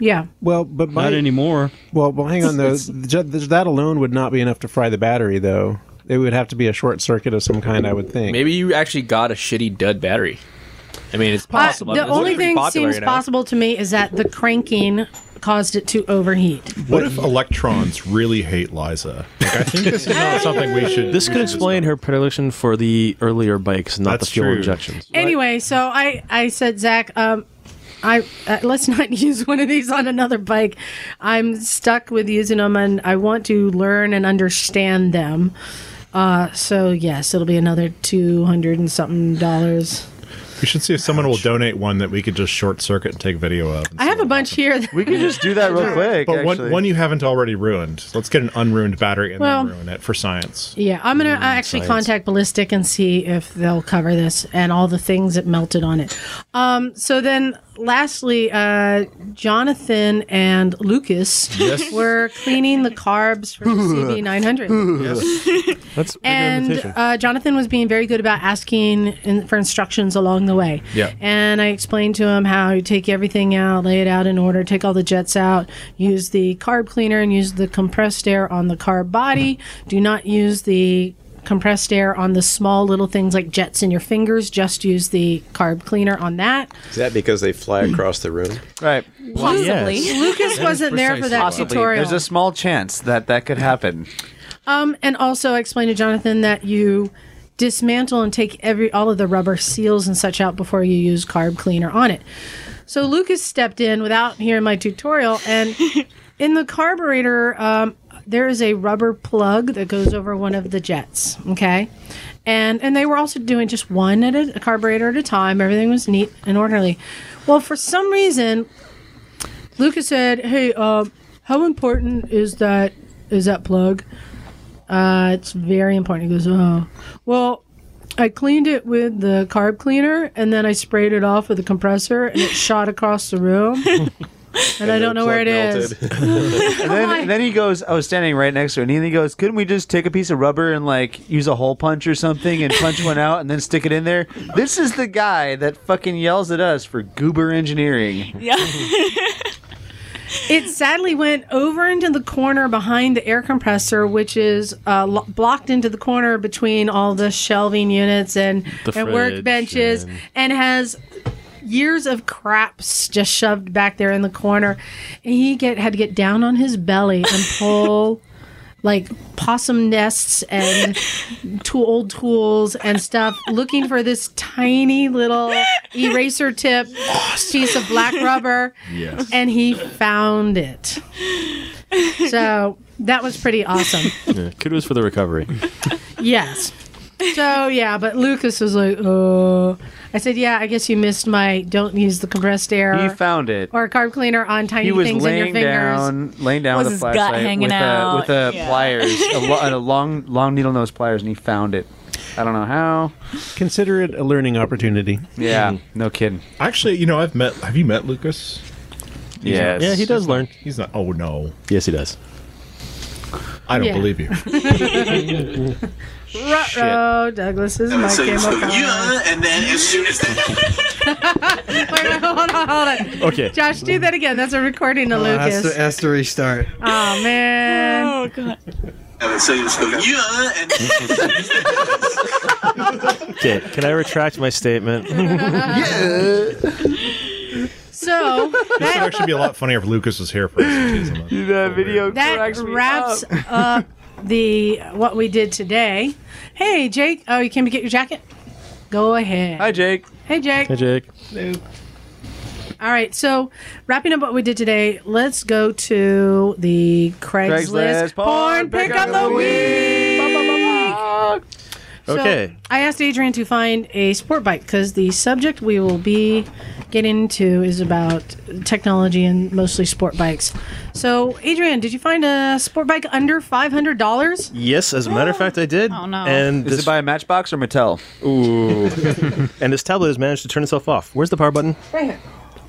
B: Yeah.
H: Well, but
L: Not anymore.
H: Well, well, hang on though. Ju- that alone would not be enough to fry the battery, though. It would have to be a short circuit of some kind, I would <laughs>
N: <laughs>
H: think.
F: Maybe you actually got a shitty dud battery. I mean, it's possible.
B: Uh, the
F: I mean, it's
B: only
F: pretty
B: thing
F: popular,
B: seems
F: you know?
B: possible to me is that the cranking caused it to overheat.
G: What if electrons really hate Liza? Like, I
B: <laughs>
G: think this is not something we should.
E: This could explain her predilection for the earlier bikes, not
G: That's
E: the fuel
G: true.
E: injections.
B: Anyway, so I I said Zach, um, I uh, let's <laughs> not use one of these on another bike. I'm stuck with using them, and I want to learn and understand them. Uh, so yes, it'll be another two hundred and something dollars.
G: We should see if someone will donate one that we could just short circuit and take video of.
B: I have a bunch here. That
C: we can just do that
B: <laughs>
C: real quick.
G: But one, one you haven't already ruined. Let's get an unruined battery and
B: Well-
G: then ruin it for science.
B: Yeah, I'm gonna I actually
G: science.
B: contact Ballistic and see if they'll cover this and all the things that melted on it. Um, so then, lastly, uh, Jonathan and Lucas
N: Yes.
B: <laughs> were cleaning the carbs for the CB900.
E: That's a big
B: And
E: invitation.
B: uh, Jonathan was being very good about asking in, for instructions along the way.
E: Yeah.
B: And I explained to him how you take everything out, lay it out in order, take all the jets out, use the carb cleaner and use the compressed air on the carb body. Do not use the compressed air on the small little things like jets in your fingers. Just use the carb cleaner on that.
M: Is that because they fly across the room?
C: <clears throat> Right.
B: Possibly. Yes. Lucas That is wasn't there for that
C: Possibly.
B: tutorial.
C: There's a small chance that that could happen.
B: Um, and also I explained to Jonathan that you dismantle and take every all of the rubber seals and such out before you use carb cleaner on it. So Lucas stepped in without hearing my tutorial, and in the carburetor, um, there is a rubber plug that goes over one of the jets. Okay, and and they were also doing just one at a, a carburetor at a time. Everything was neat and orderly. Well, for some reason, Lucas said, "Hey, uh, how important is that? Is that plug? Uh, it's very important." He goes, "Oh, well." I cleaned it with the carb cleaner, and then I sprayed it off with the compressor, and it shot across the room. and, I don't know where it is. <laughs>
C: <laughs> and, then, and then he goes, I was standing right next to it, and then he goes, Couldn't we just take a piece of rubber and like use a hole punch or something and punch one out and then stick it in there? This is the guy that fucking yells at us for goober engineering.
B: Yeah. <laughs> it sadly went over into the corner behind the air compressor, which is uh, lo- blocked into the corner between all the shelving units and,
N: The
B: and
N: fridge
B: workbenches
N: and-
B: and has years of craps just shoved back there in the corner. And he get had to get down on his belly and pull <laughs> like possum nests and tool, old tools and stuff, looking for this tiny little eraser tip piece of black rubber.
N: Yes.
B: And he found it. So that was pretty awesome.
E: Yeah, kudos for the recovery.
B: Yes. So yeah, but Lucas was like, "Oh," I said, "Yeah, I guess you missed my don't use the compressed air."
C: He found it.
B: or carb cleaner on tiny
C: he was
B: things in your
C: laying
B: fingers.
C: down, laying down
B: Was
C: with a
B: his gut
C: flashlight
B: hanging
C: with a,
B: out?
C: with a
B: Yeah.
C: pliers, a, lo- and a long, long needle nose pliers, and he found it. I don't know how.
H: Consider it a learning opportunity.
C: Yeah, no kidding.
G: Actually, you know, I've met. Have you met Lucas?
C: Yes. Yeah, he does
G: learn. He's not. Oh no.
E: Yes, he does.
G: I don't
B: Yeah.
G: believe
B: <laughs>
G: you.
B: Ruh-roh, Douglas is my chemical.
N: and then as soon as <laughs>
B: Wait, wait, hold on, hold on.
J: Okay. Oh,
B: Josh, do that again. That's a recording of
J: Has
B: Lucas.
J: to, has to restart.
B: Oh man. Oh god.
N: so you just go yeah, and
E: <laughs> Okay, can I retract my statement?
B: <laughs> So
G: This would
B: that,
G: actually be a lot funnier if Lucas was here for us.
C: that video
B: that wraps up. <laughs> the what we did today. Hey Jake, oh you came to get your jacket? Go ahead. <laughs>
C: Hi Jake.
B: Hey Jake.
E: Hey, Jake.
B: All right, so wrapping up what we did today, let's go to the Craigslist,
N: Craigslist
B: porn pick of the week. Ba, ba, ba, ba. dog. So,
E: Okay.
B: I asked Adrian to find a sport bike because the subject we will be getting into is about technology and mostly sport bikes. So, Adrian, did you find a sport bike under five hundred
E: <laughs>
B: dollars? <laughs>
E: Yes, as a matter of fact, I did.
B: Oh, no.
E: And
C: Is it by Matchbox or Mattel?
E: Ooh. <laughs> and this tablet has managed to turn itself off. Where's the power button?
B: Right here.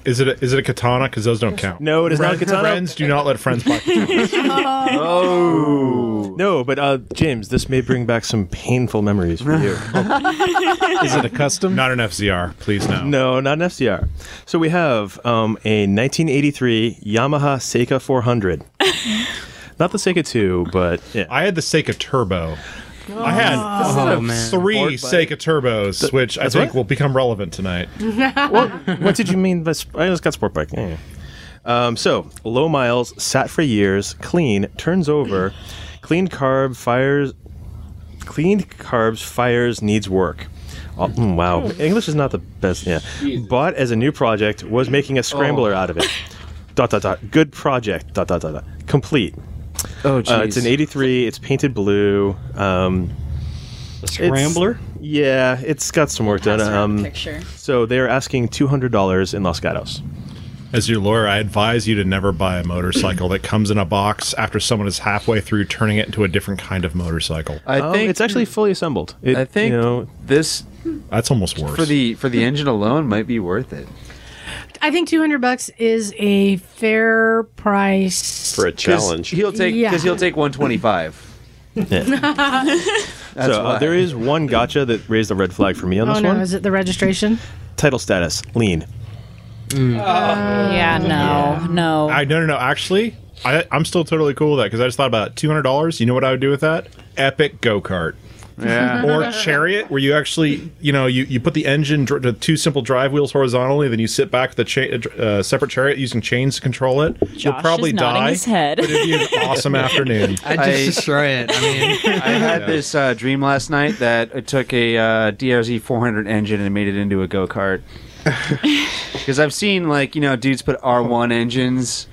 G: Is it a, is it a katana? Because those don't count.
E: No, it is not a
G: Friends-
E: katana.
G: Friends do not let friends buy.
E: oh. No, but uh, James, this may bring back some painful memories for
C: <laughs>
E: you.
G: Is it a
E: custom?
G: Not an FZR, please no.
E: No, not an FCR. So we have um, a 1983 Yamaha Seika 400. <laughs> not the Seika 2, but yeah.
G: I had the Seika Turbo. I had
E: That's not a Oh, man.
G: three
E: sport bike.
G: Seika Turbos,
E: Th-
G: which I
E: that's
G: think
E: what?
G: will become relevant tonight.
E: what did you mean by sp- I just got sport bike. Yeah. Um, so low miles, sat for years, clean, turns over, clean carb fires, cleaned carbs fires needs work. Oh, mm, wow, English is not the best. Yeah, bought as a new project, was making a
C: Oh.
E: scrambler out of it. dot dot dot. Good project. Dot dot dot dot. Complete.
C: Oh,
E: Uh, it's
C: jeez.
E: an '83. It's painted blue. Um,
L: A
E: it's-
L: scrambler?
E: yeah, it's got some work done.
L: Pass around the
E: Um,
L: picture.
E: So they are asking two hundred dollars in Los Gatos.
G: As your lawyer, I advise you to never buy a motorcycle that comes in a box after someone is halfway through turning it into a different kind of motorcycle.
C: I think
E: Um, it's actually fully assembled.
C: I think this
G: that's almost worse
C: for the for the engine alone might be worth it.
B: I think two hundred bucks is a fair price
C: For a
B: challenge.
C: he'll take
B: Yeah.
C: because he'll take one twenty
E: <laughs>
C: five.
B: <laughs>
C: That's
E: so uh,
C: why.
E: there is one gotcha that raised a red flag for me on
B: Oh
E: this
B: no,
E: one.
B: is it the registration?
E: Title status lean. Uh.
B: Uh,
D: yeah, no, no.
G: I no no no. Actually, I, I'm still totally cool with that because I just thought about two hundred dollars. You know what I would do with that? Epic go kart.
C: Yeah.
E: <laughs>
G: or chariot, where you actually, you know, you, you put the engine dr- to two simple drive wheels horizontally, then you sit back with the cha- uh, separate chariot using chains to control it. You'll
D: Josh
G: probably
D: is nodding
G: die.
D: his head.
G: but it'd
D: <laughs>
G: be an
J: <laughs>
G: awesome afternoon.
J: it. I mean,
C: <laughs> I had this uh, dream last night that I took a uh, DRZ 400 engine and made it into a go <laughs> kart. Because I've seen like you know dudes put R1 engines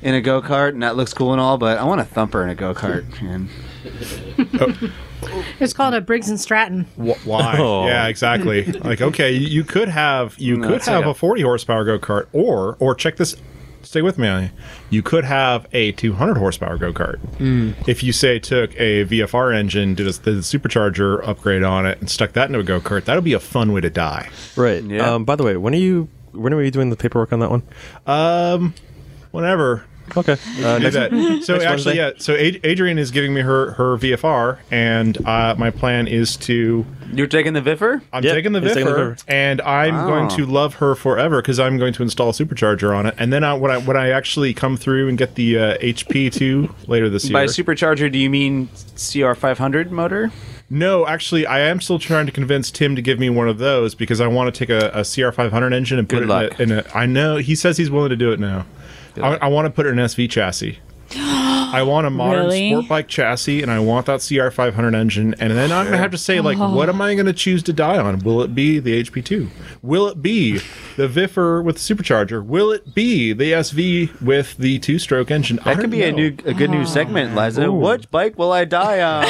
C: in a go kart and that looks cool and all, but I want a thumper in a go kart. And
B: It's called a Briggs and Stratton.
G: Wh- <laughs> Why?
E: Oh.
G: Yeah, exactly. like, okay, you, you could have you
E: No,
G: could
E: it's like
G: have
E: a-
G: a 40 horsepower go kart, or or check this. Stay with me. Ani. You could have a 200 horsepower go kart.
M: Mm.
G: If you say took a VFR engine, did a, did a supercharger upgrade on it, and stuck that into a go kart, that would be a fun way to die.
E: Right. Um, by the way, when are you? When are you doing the paperwork on that one?
G: Um, whenever.
E: Okay. Uh,
G: do
E: next- <laughs>
G: that. So
E: next
G: actually,
E: Wednesday?
G: yeah. So Ad- Adrian is giving me her her VFR, and uh, my plan is to.
C: You're taking the Viffer?
G: I'm
C: Yep,
G: taking the
C: he's taking the
G: Viffer,
C: Viffer.
G: and I'm
C: Wow.
G: going to love her forever because I'm going to install a supercharger on it, and then I, when I when I actually come through and get the uh, HP two later this year.
C: by supercharger, do you mean CR500 motor? <laughs>
G: no, actually, I am still trying to convince Tim to give me one of those because I want to take a, a CR500 engine and put
C: Good
G: it
C: luck.
G: In, a, in a. I know he says he's willing to do it now. I, I want to put it in an SV chassis.
D: <gasps>
G: I want a modern
D: Really?
G: sport bike chassis, and I want that CR500 engine. And then I'm gonna have to say, like,
D: Oh.
G: what am I gonna choose to die on? Will it be the HP2? Will it be the Viffer with the supercharger? Will it be the SV with the two-stroke engine?
C: That
G: I
C: could
G: don't
C: be a
G: know.
C: new a good new segment, Liza. What bike will I
M: <laughs>
C: die on?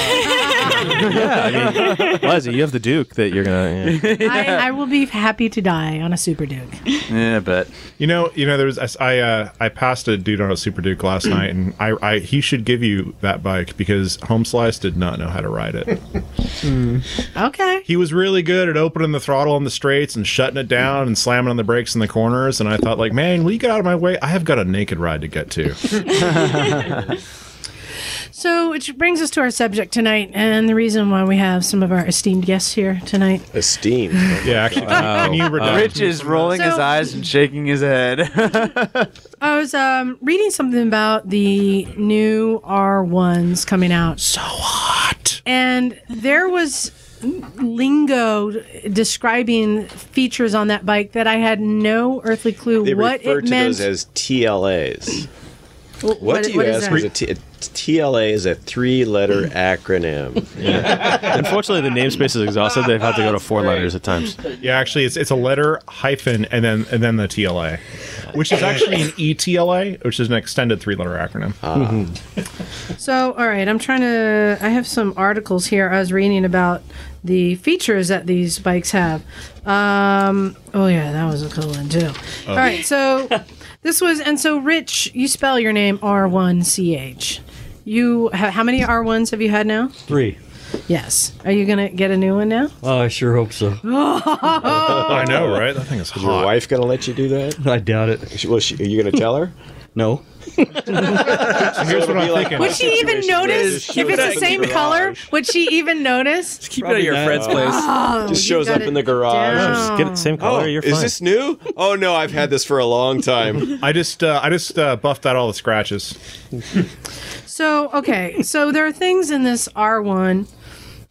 E: yeah, I mean, Liza, you have the Duke that you're gonna. <laughs>
C: <laughs>
E: Yeah.
B: I, I will be happy to die on a Super Duke.
C: Yeah, but
G: you know, you know, there was I s- I, uh, I passed a dude on a Super Duke last night, and I, I he should give you that bike because Home Slice did not know how to ride it.
B: Okay.
G: He was really good at opening the throttle on the straights and shutting it down and slamming on the brakes in the corners. And I thought, like, man, will you get out of my way? I have got a naked ride to get to.
B: So, which brings us to our subject tonight, and the reason why we have some of our esteemed guests here tonight.
G: Esteem. Yeah, actually, can
E: Uh,
G: you redact
C: Rich is rolling his
B: So-
C: eyes and shaking
M: <laughs>
C: his head.
B: I was um, reading something about the new R1s coming out. So hot. And there was lingo describing features on that bike that I had no earthly clue
M: They
B: what
M: refer
B: it
M: to
B: meant.
M: those as TLAs.
B: Wh-
M: What, do you
B: is
M: ask
B: that?
M: is a T- TLA is a three-letter acronym.
E: Unfortunately, the namespace is exhausted. They've had to go to four letters at times.
G: Yeah, actually, it's it's a letter hyphen and then and then the TLA, which is actually an E ETLA, which is an extended three-letter acronym.
B: So, all right, I'm trying to. I have some articles here I was reading about the features that these bikes have. Um, oh, yeah, that was a cool one, too.
L: Oh.
B: All right, so <laughs> this was. And so, Rich, you spell your name R1CH. You ha- How many R1s have you had now?
O: Three.
B: Yes. Are you going to get a new one now?
O: Oh, I sure hope so.
G: I know, right? That thing is
M: Is your wife gonna let you do that?
O: I doubt it.
M: Well, she, are you gonna tell her?
O: No.
G: Here's what I'm thinking.
B: Would she even notice if it's the same color? Would she even notice? Just
F: keep it at your friend's place.
B: Oh,
M: Just shows up in the garage.
E: Oh. Just get it same color.
M: Oh,
E: you're
M: is
E: fine.
M: this new? Oh no, I've had this for a long time.
G: I just uh, I just uh, buffed out all the scratches.
B: So,
G: <laughs>
B: okay. So there are things in this R1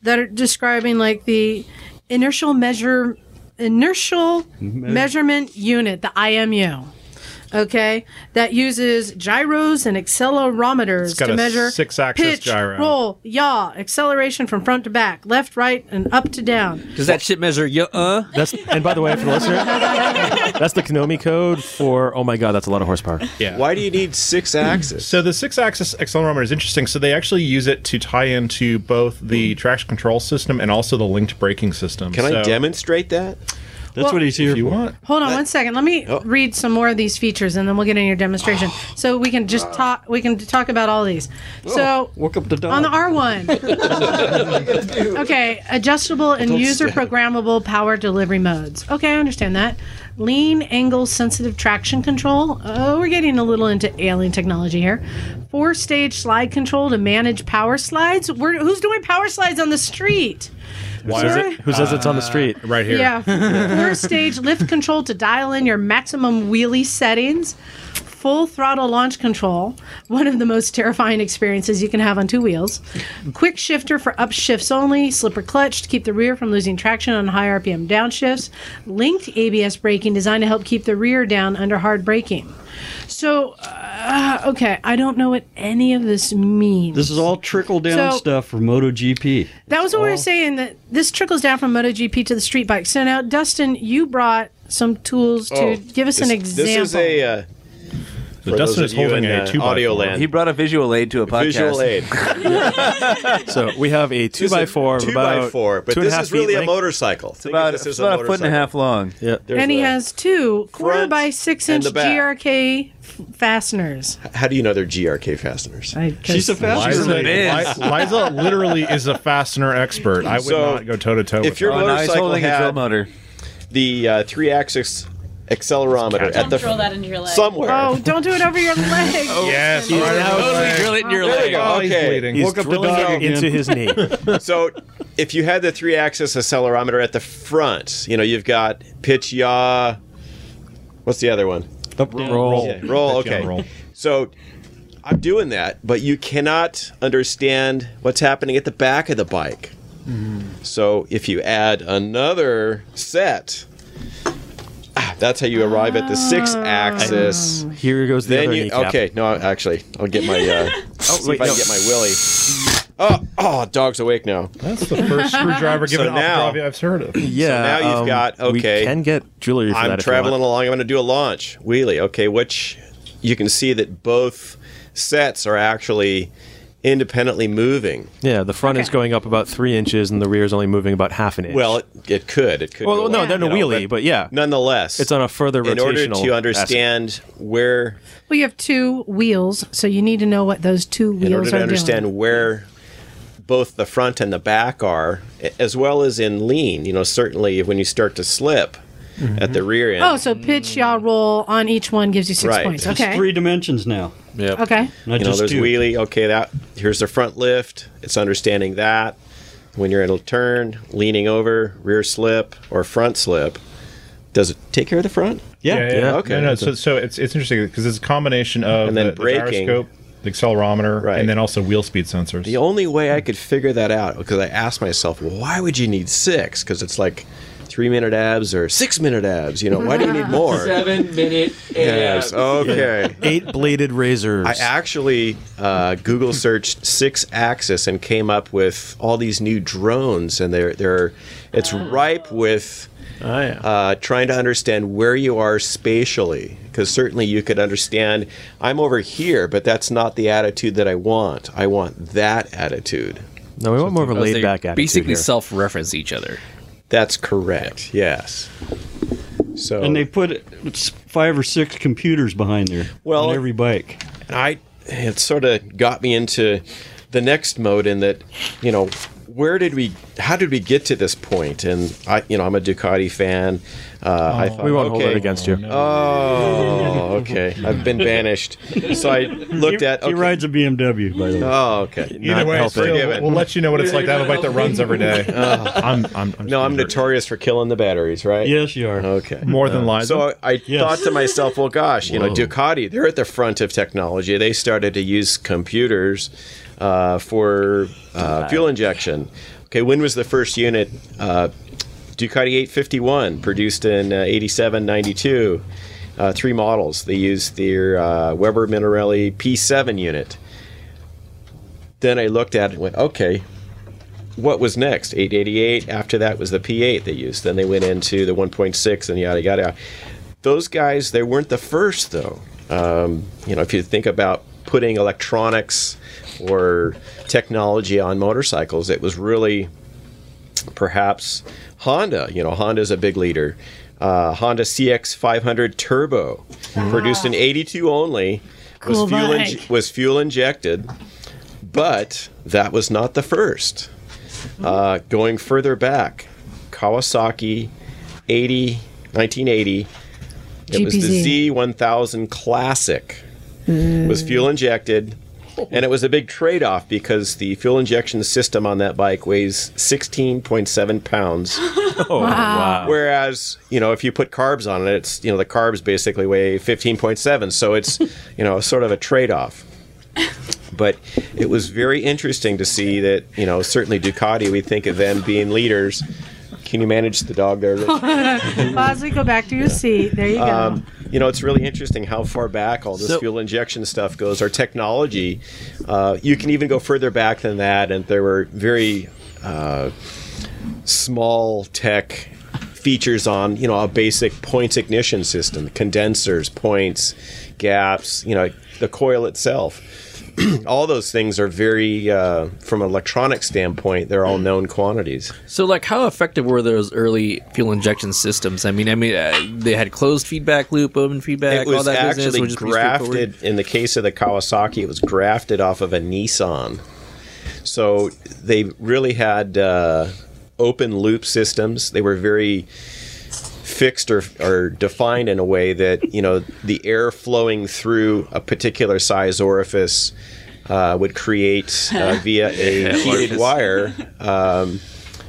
B: that are describing like the inertial measure inertial
G: Mm-hmm.
L: Me-
B: measurement unit, the IMU. Okay, that uses gyros and accelerometers
G: It's got
B: to
G: a
B: measure
G: six-axis
B: pitch,
G: gyro.
B: roll, yaw, acceleration from front to back, left, right, and up to down.
F: Does that shit measure yo uh?
E: That's and by the way, for the listener, that's the Konami code for. Oh my god, that's a lot of horsepower.
G: Yeah.
M: Why do you need six axis?
G: So the six-axis accelerometer is interesting. So they actually use it to tie into both the traction control system and also the linked braking system.
M: Can I
G: So-
M: demonstrate that?
O: That's
B: Well- what
O: he's here
G: if you want.
B: Hold on one second. Let me
G: oh.
B: read some more of these features, and then we'll get into your
G: <sighs>
B: demonstration. so we can
G: Uh.
B: just talk. We can talk about all these.
H: Oh,
G: Oh.
B: So
O: Work up the dog.
B: on the R1. okay, adjustable and
O: don't
B: user
O: stand.
B: programmable power delivery modes. Okay, I understand that. Lean angle sensitive traction control. Oh, we're getting a little into alien technology here. Four stage slide control to manage power slides. We're, who's doing power slides on the street?
E: Who says, it, who says it's on the street?
G: Right
B: Yeah. Four stage lift control to dial in your maximum wheelie settings. Full throttle launch control, one of the most terrifying experiences you can have on two wheels. Quick shifter for upshifts only, slipper clutch to keep the rear from losing traction on high RPM downshifts, linked ABS braking designed to help keep the rear down under hard braking. So, uh, okay, I don't know what any of this means.
O: This is all trickle down
B: So-
O: stuff for MotoGP.
B: That was what
M: Oh.
B: we were saying. That this trickles down from MotoGP to the street bike. So now, Dustin, you brought some tools to
M: Oh,
B: give us an
M: this-
B: example.
M: This is a. Uh,
C: So
M: for those
C: Dustin is
M: of you
C: holding
M: in,
C: a
M: uh,
C: two by
M: audio
C: four.
M: land.
C: He brought a visual aid to a podcast.
M: Visual aid.
C: <laughs>
E: <laughs> So we have a two
M: This is
E: by four, of
M: two
E: about
M: by four, but
E: two and
M: this
E: half
M: is really
E: feet
M: a
E: length.
M: motorcycle. It's
C: about- it's about a foot and a half long.
E: Yeah.
B: and he has two quarter
M: front
B: by six
M: and
B: inch
M: the back.
B: GRK f- fasteners.
M: How do you know they're GRK fasteners?
B: She's a
M: fastener.
G: Liza,
M: It is.
G: Li- Liza literally is a
M: <laughs>
G: fastener expert. I would
M: So,
G: not go toe to toe.
M: If your motorcycle had
C: motor.
M: the uh, three-axis accelerometer at the
D: Drill that into your leg.
M: somewhere. Oh,
B: Oh, don't do it over
M: <laughs>
B: your leg.
M: yes,
B: He's
F: now totally drill it in your
M: There we
F: leg.
M: go.
F: Oh, he's
M: Okay,
F: bleeding. He's Woke up the drilling dog it again. into his knee. <laughs>
M: so, if you had the three-axis accelerometer at the front, you know you've got pitch, yaw. What's the other one?
E: roll.
M: Yeah, roll.
E: Pitch, yaw,
M: Okay.
E: roll.
M: So, I'm doing that, but you cannot understand what's happening at the back of the bike. Mm-hmm. So if you add another set, ah, that's how you arrive at the six axis.
E: Here goes the
M: Then
E: other
M: you,
E: kneecap. Oh,
M: okay, no, actually, I'll get my. Uh, see
E: wait,
M: if I
E: no.
M: can get my willy. Oh, oh, dog's awake now.
G: That's the first screwdriver
M: So
G: given so
M: now-
G: I've heard of. uh,
E: Yeah.
M: so now you've
E: um,
M: got okay.
E: We can get jewelry for
M: I'm
E: that. if you want.
M: traveling along. I'm going to do a launch wheelie. Okay, which you can see that both sets are actually independently moving.
E: Yeah, the front is going up about three inches, and the rear is only moving about half an inch.
M: Well, it, it could. It could.
E: Well,
M: go
E: no,
M: up,
E: they're in a
M: you know,
E: wheelie, but yeah.
M: Nonetheless,
E: It's on a further
M: in order
E: rotational
M: to understand where
B: Well, you have two wheels, so you need to know what those two wheels
M: in order
B: are
M: to understand
B: doing.
M: where both the front and the back are, a- as well as in lean. You know, certainly when you start to slip at the rear end.
B: Oh, so pitch, yaw, roll on each one gives you six
M: Right.
B: points.
M: It's
B: Okay. <laughs>
O: Three dimensions now.
M: Yep.
B: Okay.
O: Not
M: you know,
O: just
M: there's
O: two.
M: wheelie. Okay, that here's the front lift. It's understanding that when you're in a turn, leaning over, rear slip or front slip. Does it take care of the front? Okay.
G: No, no, so, so it's it's interesting because it's a combination of
M: And then
G: the, the
M: braking.
G: gyroscope, the accelerometer,
M: Right.
G: and then also wheel speed sensors.
M: The only way I could figure that out because I asked myself, well, why would you need six? Because it's like three minute abs or six minute abs. You know, why do you need more?
L: Seven minute abs.
M: Yes. Okay.
E: <laughs> Eight bladed razors.
M: I actually uh, Google searched six axis and came up with all these new drones, and they're they're it's
E: Ah.
M: ripe with uh, trying to understand where you are spatially, because certainly you could understand I'm over here, but that's not the attitude that I want. I want that attitude.
E: No, we want more of a
M: Because they
E: laid back attitude.
M: basically
E: here.
M: sell-
F: Reference each other.
M: That's correct. Yes. So
O: and they put s- five or six computers behind there
M: Well,
O: on every bike.
M: And I, it sort of got me into the next mode in that, you know, where did we, how did we get to this point? And I, you know, I'm a Ducati fan. Uh, I thought,
E: Oh. we won't
M: okay,
E: hold it against you.
M: Oh, okay. I've been banished. So I looked
O: he,
M: at.
O: He
M: Okay.
O: rides a BMW, by the way.
M: Oh, okay.
O: Either way, it's still-
M: forgiven.
O: we'll let you know what it's like to have a bike that runs every day.
M: Ugh. no, I'm notorious for killing the batteries, right?
O: Yes, you are.
M: Okay. Uh,
O: More than lies.
M: So I
O: Yes.
M: thought to myself, well, gosh, you know,
O: Whoa.
M: Ducati, they're at the front of technology. They started to use computers uh, for uh, fuel injection. Okay, when was the first unit? Uh, Ducati 851, produced in uh, 87, 92. Uh, three models. They used their uh, Weber Minarelli P7 unit. Then I looked at it and went, okay, what was next? 888. After that was the P8 they used. Then they went into the 1.6 and yada yada. Those guys, they weren't the first though. Um, you know, if you think about putting electronics or technology on motorcycles, it was really perhaps Honda. You know, Honda's a big leader. Uh, Honda CX500 Turbo, produced in '82 only,
N: Cool
M: was fuel
N: bike.
M: inj- was fuel injected, but that was not the first. Uh, going further back, Kawasaki, 80, 1980. It was the Z1000 Classic was fuel injected and it was a big trade-off because the fuel injection system on that bike weighs 16.7 pounds
N: Wow.
M: whereas you know if you put carbs on it it's you know the carbs basically weigh 15.7 so it's you know sort of a trade-off but it was very interesting to see that you know certainly ducati we think of them being leaders can you manage the dog
B: <laughs>
M: there Rich?
B: Bosley, go back to your seat. There you go.
M: Um, you know, it's really interesting how far back all this
B: So-
M: fuel injection stuff goes. Our technology, uh, you can even go further back than that, and there were very uh, small tech features on, you know, a basic points ignition system, condensers, points, gaps, you know, the coil itself. <clears throat> all those things are very, uh, from an electronic standpoint, they're all known quantities.
F: So, like, how effective were those early fuel injection systems? I mean, I mean, uh, they had closed feedback loop, open
M: It
F: feedback,
M: was
F: all that
M: actually
F: business. would just be straightforward?
M: grafted in the case of the Kawasaki. It was grafted off of a Nissan, so they really had uh, open loop systems. They were very fixed or, or defined in a way that you know the air flowing through a particular size orifice uh, would create uh, via a heated
F: Orifice.
M: wire. <laughs> Um,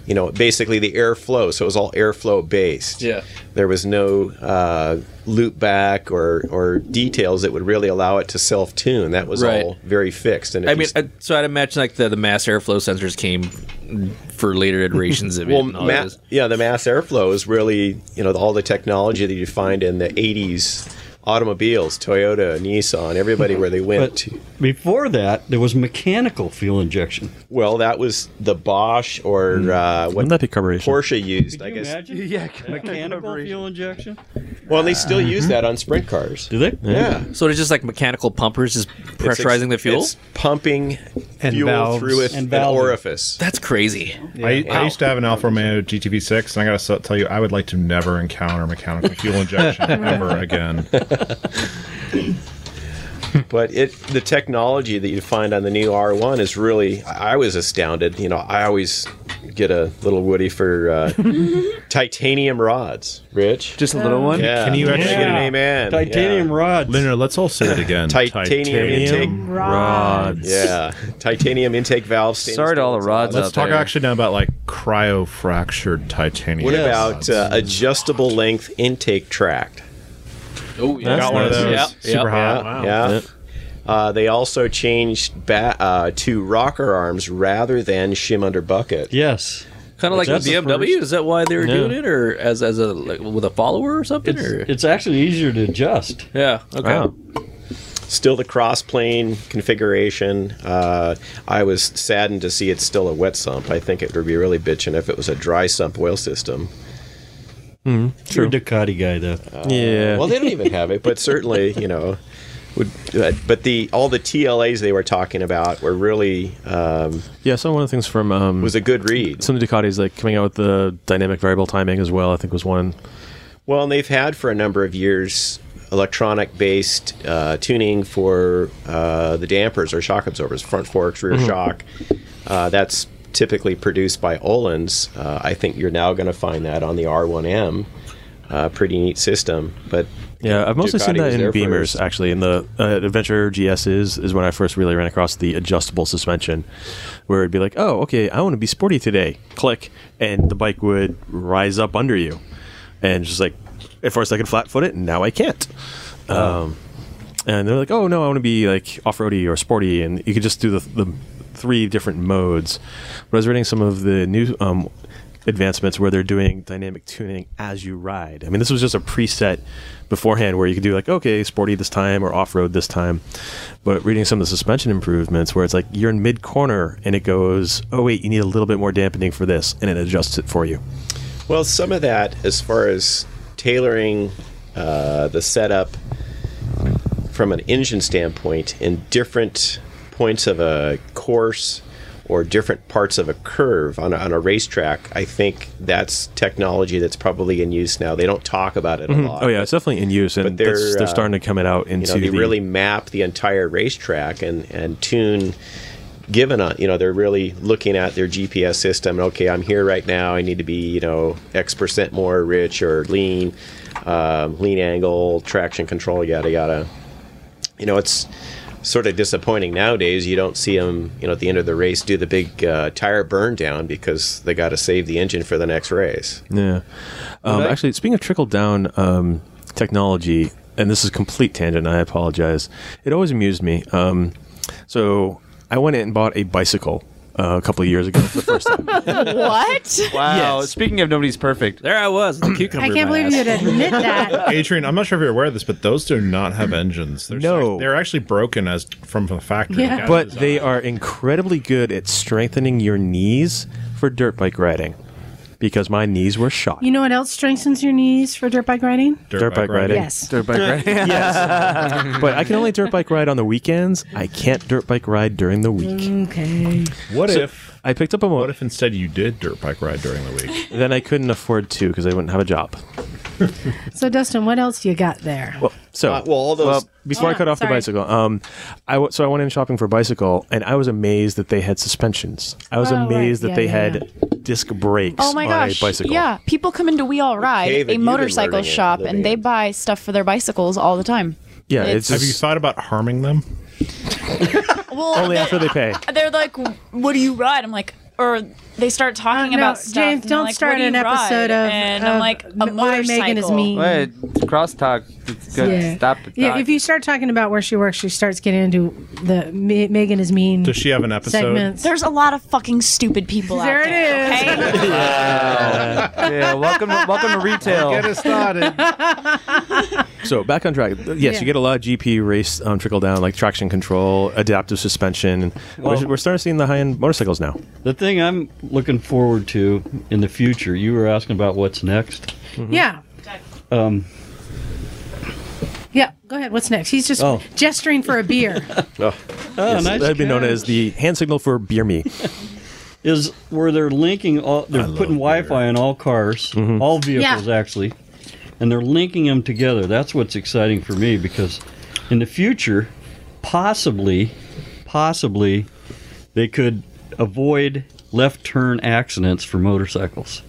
M: you know, basically the airflow. So it was all airflow based.
F: Yeah.
M: There was no uh, loop back or, or details that would really allow it to self tune. That was
F: Right.
M: all very fixed. And if
F: I
M: you
F: mean, uh, I, so I'd imagine like the, the mass airflow sensors came for later iterations of it.
M: well,
F: and all
M: ma-
F: this.
M: yeah, the mass airflow is really you know all the technology that you find in the '80s automobiles, Toyota, Nissan, everybody where they went.
O: But before that, there was mechanical fuel injection.
M: well, that was the Bosch or
F: Hmm.
M: uh, what
E: that be carburation?
M: Porsche used, I
O: Can you
M: guess.
O: imagine?
C: Yeah,
O: mechanical fuel injection.
M: Well, they still use that on sprint cars.
O: Do they?
M: Yeah.
F: So it's just like mechanical pumpers just
M: It's ex-
F: pressurizing the fuel,
M: it's pumping
H: And
M: fuel
H: valves.
M: through it,
H: And
M: an
H: valving.
M: orifice.
F: That's crazy.
H: I, I
M: Wow.
H: used to have an Alfa Romeo GTV6, and I gotta s- tell you, I would like to never encounter mechanical
B: <laughs>
H: fuel injection ever again.
M: <laughs> but it the technology that you find on the new R1 is really I I was astounded. You know, I always get a little woody for uh,
F: <laughs>
H: <laughs>
M: titanium rods. Rich,
C: just a little one?
M: Yeah.
C: Can you
M: Can I
C: actually-
M: get an amen?
O: Titanium rods.
M: Leonard,
H: let's all say it again.
M: Titanium,
H: Titanium
M: intake
H: rods.
M: Yeah, titanium intake valves.
H: Sorry to all the
M: rods.
H: Let's talk actually now about like cryo-fractured titanium.
M: What about uh, adjustable length intake tract?
F: Oh,
H: yeah. Got one of those.
M: Yeah.
H: Super hot. Wow.
M: Yeah.
H: Yep.
M: Uh, they also changed ba- uh, to rocker arms rather than shim under bucket.
O: Yes.
F: Kind of like the
O: That's the
F: BMW.
O: first-
F: Is that why they were
O: Yeah.
F: doing it, or as as a like, with a follower or something?
O: It's,
F: or?
O: it's actually easier to adjust.
F: Yeah. Okay.
M: Still the cross-plane configuration. Uh, I was saddened to see it's still a wet sump. I think it would be really bitching if it was a dry sump oil system.
O: You're a Ducati guy, though.
M: Uh, Well, they don't <laughs> even have it, but certainly, you know, would. Uh, but the all the TLAs they were talking about were really. Um,
E: Yeah, I saw one of the things from um,
M: was a good read.
E: Some of the Ducati's like coming out with the dynamic variable timing as well. I think was one.
M: well, and they've had for a number of years electronic-based uh, tuning for uh, the dampers or shock absorbers, front forks, rear
E: Mhm.
M: shock. Uh, that's typically produced by Olin's. Uh, I think you're now going to find that on the R1M. Uh, pretty neat system, but
E: Yeah, I've mostly seen
M: Ducati
E: that
M: was
E: in
M: there
E: Beamers
M: first.
E: actually. In the uh, Adventure GSs is when I first really ran across the adjustable suspension, where it'd be like, "Oh, okay, I want to be sporty today." Click, and the bike would rise up under you, and just like at first I could flat foot it, and now I can't.
M: Oh.
E: Um, and they're like, "Oh no, I want to be like off roady or sporty," and you could just do the, the three different modes. But I was reading some of the new um, advancements where they're doing dynamic tuning as you ride. I mean, this was just a preset beforehand where you could do like, okay, sporty this time or off road this time. But reading some of the suspension improvements where it's like you're in mid corner and it goes, oh wait, you need a little bit more dampening for this, and it adjusts it for you.
M: Well, some of that, as far as tailoring uh, the setup from an engine standpoint in different points of a course or different parts of a curve on a, on a racetrack, I think that's technology that's probably in use now. They don't talk about it a
E: Mhm.
M: lot.
E: Oh yeah, it's definitely in use, and
M: but they're,
E: they're, that's, they're
M: uh,
E: starting to come it out into
M: you know, they
E: the
M: really map the entire racetrack and and tune given on you know they're really looking at their gps system and, okay i'm here right now i need to be you know x percent more rich or lean um, lean angle traction control yada yada you know it's sort of disappointing nowadays you don't see them you know at the end of the race do the big uh, tire burn down because they got to save the engine for the next race
E: Yeah. Um,
M: Would I-
E: actually, speaking of trickle down um, technology, and this is a complete tangent, I apologize. It always amused me. Um, so I went and bought a bicycle uh, a couple of years ago for the
B: <laughs>
E: first time.
D: what?
C: <laughs> Wow. <laughs> Speaking of nobody's perfect,
F: there I
H: <clears throat>
F: was, the cucumber.
B: I can't believe you'd <laughs> admit that.
G: Adrian, I'm not sure if you're aware of this, but those do not have engines. They're no, they're actually broken as from the factory.
B: Yeah.
E: But they are incredibly good at strengthening your knees for dirt bike riding because my knees were shot.
B: You know what else strengthens your knees for dirt bike riding?
E: Dirt, bike, riding.
B: Yes.
C: Dirt bike riding.
G: <laughs>
E: yes. <laughs> But I can only dirt bike ride on the weekends. I can't dirt bike ride during the week.
B: Okay.
G: What
E: So
G: if
E: I picked up a motor?
G: What if instead you did dirt bike ride during the week?
E: then I couldn't afford to because I wouldn't have a job.
B: So, Dustin, what else do you got there?
E: Well, so
G: Uh,
M: well, all those-
E: before I
B: Oh,
E: cut off
B: sorry.
E: the bicycle, um, I w- so I went in shopping for bicycle, and I was amazed that they had suspensions. I was
D: Oh, right.
E: amazed
D: Yeah,
E: that they
D: yeah,
E: had disc brakes
D: Oh my
E: on
D: gosh.
E: a bicycle.
D: Yeah. People come into We All Ride,
E: cave have you
D: a
E: been
D: motorcycle
E: living in-
D: shop,
E: living
D: and they buy stuff for their bicycles all the time.
G: have you thought about
B: <laughs>
G: harming them?
D: well,
G: Only
D: they-
G: after they pay.
D: They're like, "What do you ride?" I'm like, or they start talking
B: no,
D: about stuff.
B: James,
D: and they're
B: don't
D: like,
B: start
D: "What do
B: an
D: you ride?"
B: episode of-
D: And
B: of
D: I'm like, a
B: m- why
D: motorcycle.
B: Megan is mean.
C: Wait, crosstalk. It's good.
B: Yeah.
C: Stop it.
B: Yeah, if you start talking about where she works, she starts getting into the Me- Megan is mean.
G: Does she have an episode?
B: Segments.
D: There's a lot of fucking stupid people
B: There
D: out
B: it
D: there.
B: is.
D: Okay?
C: yeah, welcome to,
G: <laughs>
C: welcome to retail.
D: Get us started.
E: So back on track. Uh, Yes,
D: Yeah.
E: you get a lot of GP race um, trickle down, like traction control, adaptive suspension.
O: Well-
E: we're, we're starting to see in the high end motorcycles now.
O: The thing I'm looking forward to in the future, you were asking about what's next.
B: <laughs> Yeah.
O: Um,
B: Yeah. Go ahead. What's next? He's just
E: Oh.
B: gesturing for a
E: <laughs>
B: beer.
E: Oh,
O: nice
E: That'd be known
O: catch.
E: as the hand signal for beer me.
O: is where they're linking all they're putting Wi-Fi in all cars,
E: Mm-hmm.
O: all vehicles
B: Yeah.
O: actually, and they're linking them together. That's what's exciting for me because in the future, possibly, possibly, they could avoid left turn accidents for motorcycles.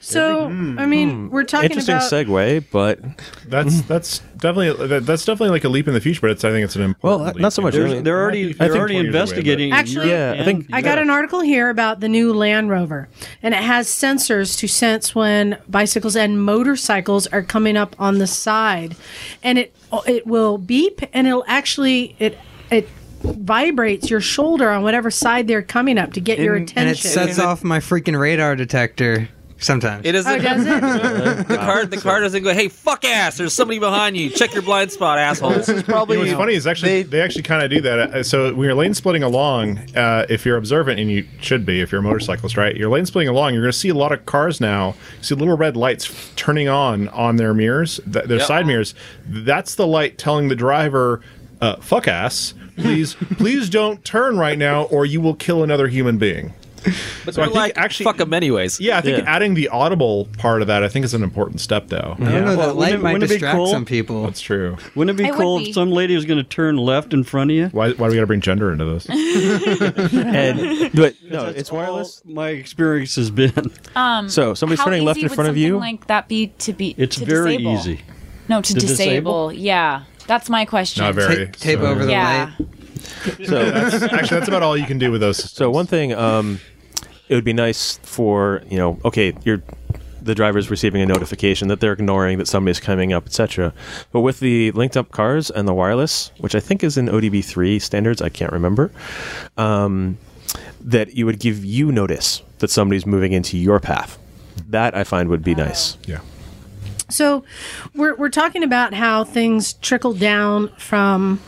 B: So,
G: Mm-hmm.
B: I mean, we're talking about.
E: segue, but
G: that's that's definitely that, that's definitely like a leap in the future. But it's I think it's an important. Well,
E: not so much.
O: They're- they're already- they're already investigating
B: Actually, I got an article here about the new Land Rover, and it has sensors to sense when bicycles and motorcycles are coming up on the side, and it it will beep, and it'll actually it it vibrates your shoulder on whatever side they're coming up to get your attention.
J: And it sets off my freaking radar detector sometimes.
F: It doesn't.
B: Oh, does
F: <laughs>
C: <laughs>
F: the car, the car doesn't go. Hey, fuck ass! There's somebody behind you. Check your blind spot, assholes. This is
G: <laughs> You know, what's funny is actually they, actually kind of do that. Uh, So when you're lane splitting along, uh, if you're observant and you should be, if you're a motorcyclist, right? You're lane splitting along. You're going to see a lot of cars now. You see little red lights f- turning on on their mirrors, th- their
L: Yep.
G: side mirrors. That's the light telling the driver, uh, "Fuck ass, please, <laughs> please don't turn right now, or you will kill another human being."
F: But they're like, actually, fuck them anyways.
G: Yeah, I think adding the audible part of that, I think, is an important step, though.
O: I don't know, that Well, light wouldn't it- might wouldn't it be distract cool? some
J: people.
G: That's true.
O: Wouldn't it be
J: It would
O: cool if
J: be.
O: some lady was going to turn left in front of you?
G: Why, why do we got to bring gender into this?
E: <laughs> and but no,
O: That's
E: it's
O: all
E: wireless.
O: My experience has been
D: Um,
E: So, somebody's
D: how
E: turning left
D: easy
E: in
D: would
E: front of
D: something
E: you?
D: Like that be to be?
O: it's
D: to
O: very
D: disable?
O: easy.
D: No, to,
O: To
D: disable.
O: disable?
D: Yeah, that's my question.
E: Not very, Ta- tape so- over the
D: yeah.
E: <laughs> So
G: that's, actually, that's about all you can do with those.
E: So one thing, um, it would be nice for you know, okay, you're the driver's receiving a notification that they're ignoring that somebody's coming up, etc. But with the linked up cars and the wireless, which I think is in ODB three standards, I can't remember, um, that you would give you notice that somebody's moving into your path. That I find would be nice.
G: Yeah.
B: So we're, we're talking about how things trickle down from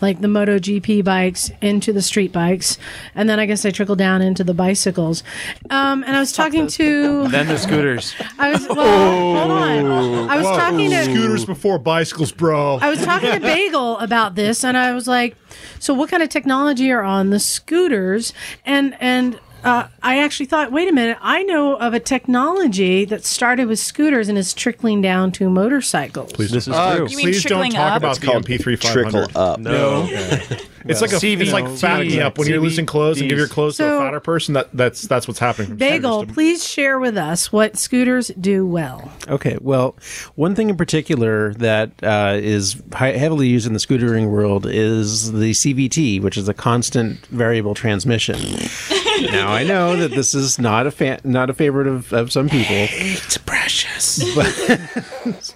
B: like the MotoGP bikes into the street bikes, and then I guess they trickle down into the bicycles. Um, and I was talking to
C: then the scooters.
B: I was <laughs> well, hold on. I was
G: Oh. Whoa.
B: talking to
G: scooters before bicycles, bro.
B: I was talking <laughs> to Bagel about this, and I was like, "So, what kind of technology are on the scooters?" And and uh, I actually thought, "Wait a minute! I know of a technology that started with scooters and is trickling down to motorcycles."
G: Please,
E: this
G: is Uh, true.
B: You
G: You
B: mean
G: mean please don't
B: trickling
G: talk
B: up?
G: about
B: It's
G: the
B: called
G: MP3
M: trickle up.
E: No.
G: <laughs> It's like a, it's like fattening up when you're losing clothes and give your clothes to a
B: So-
G: fatter person. That that's
B: <laughs>
G: that's what's happening. From
B: Bagel, please share with us what scooters do well.
H: Okay, well, one thing in particular that uh, is hi- heavily used in the scootering world is the CVT, which is a constant variable
N: <laughs>
H: transmission. now I know that this is not a fan, not a favorite of, of some people. It's precious, but,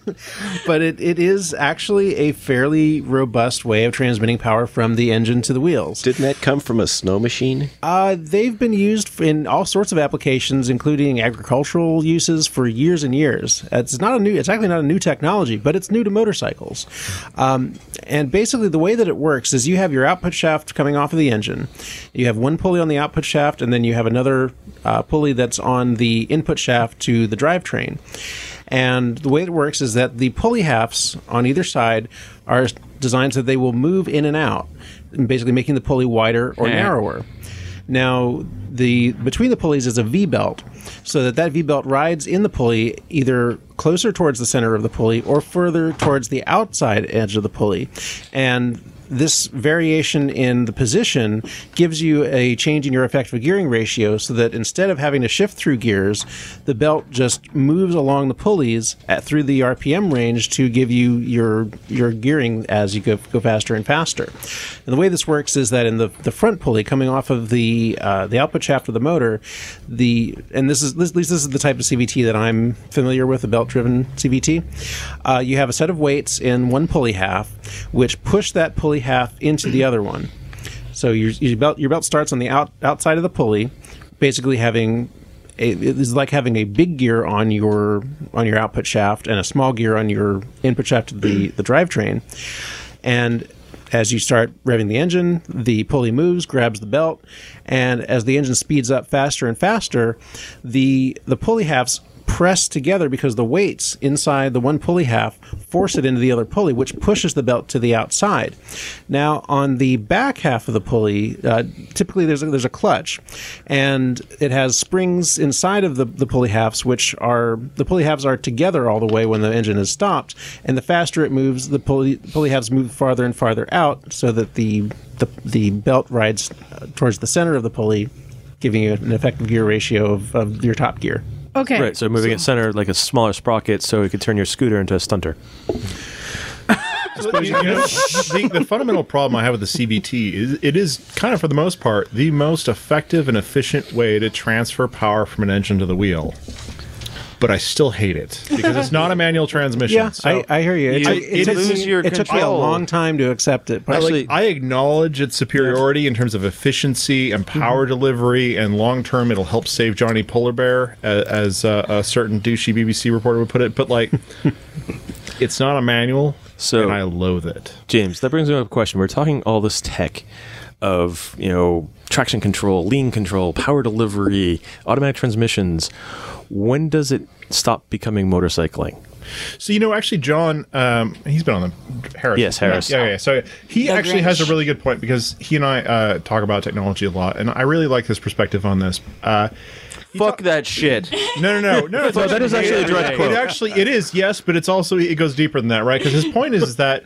H: <laughs> but it, it is actually a fairly robust way of transmitting power from the engine to the wheels.
M: Didn't that come from a snow machine?
H: Uh, they've been used in all sorts of applications, including agricultural uses, for years and years. It's not a new. It's actually not a new technology, but it's new to motorcycles. Um, and basically, the way that it works is you have your output shaft coming off of the engine. You have one pulley on the output shaft, and then you have another uh, pulley that's on the input shaft to the drivetrain. And the way it works is that the pulley halves on either side are designed so they will move in and out, basically making the pulley wider or
C: Yeah.
H: narrower. Now, the between the pulleys is a V belt, so that that V belt rides in the pulley either closer towards the center of the pulley or further towards the outside edge of the pulley, and this variation in the position gives you a change in your effective gearing ratio so that instead of having to shift through gears the belt just moves along the pulleys at, through the rpm range to give you your your gearing as you go, go faster and faster and the way this works is that in the, the front pulley coming off of the uh, the output shaft of the motor the and this is this, at least this is the type of cvt that i'm familiar with the belt driven cvt uh, you have a set of weights in one pulley half which push that pulley half into the other one so your, your belt your belt starts on the out, outside of the pulley, basically having a, it is like having a big gear on your on your output shaft and a small gear on your input shaft of the the drivetrain. And as you start revving the engine, the pulley moves, grabs the belt, and as the engine speeds up faster and faster, the the pulley halves press together because the weights inside the one pulley half force it into the other pulley, which pushes the belt to the outside. Now, on the back half of the pulley, uh, typically there's a, there's a clutch, and it has springs inside of the, the pulley halves, which are the pulley halves are together all the way when the engine is stopped, and the faster it moves, the pulley pulley halves move farther and farther out, so that the the, the belt rides uh, towards the center of the pulley. Giving you an effective gear ratio of, of your top gear.
B: Okay.
E: Right, so moving it center like a smaller sprocket, so you could turn your scooter into a stunter.
G: You know, the, the fundamental problem I have with the CVT is it is kind of for the most part the most effective and efficient way to transfer power from an engine to the wheel. but I still hate it because it's not a manual transmission.
H: Yeah,
G: so
H: I, I hear you. It, took- it took me- it took me a long time to accept it.
G: I, like- I acknowledge its superiority in terms of efficiency and power delivery, and long term, it'll help save Johnny Polar Bear, as, as uh, a certain douchey BBC reporter would put it. But like, it's not a manual, so and I loathe it.
E: James, that brings me up a question. We're talking all this tech of, you know, traction control, lean control, power delivery, automatic transmissions. When does it stop becoming motorcycling?
G: So you know, actually, John, um, he's been on the Harris.
E: Yes, Harris.
G: Yeah, yeah. yeah. So he
E: Doug
G: actually has
E: Ranch.
G: a really good point because he and I uh, talk about technology a lot, and I really like his perspective on this. Uh, Fuck
C: that shit.
G: No, no, no, no. it's
E: No, that is actually a direct
G: it
E: quote.
G: actually, it is yes, but it's also it goes deeper than that, right? Because his point is, is that,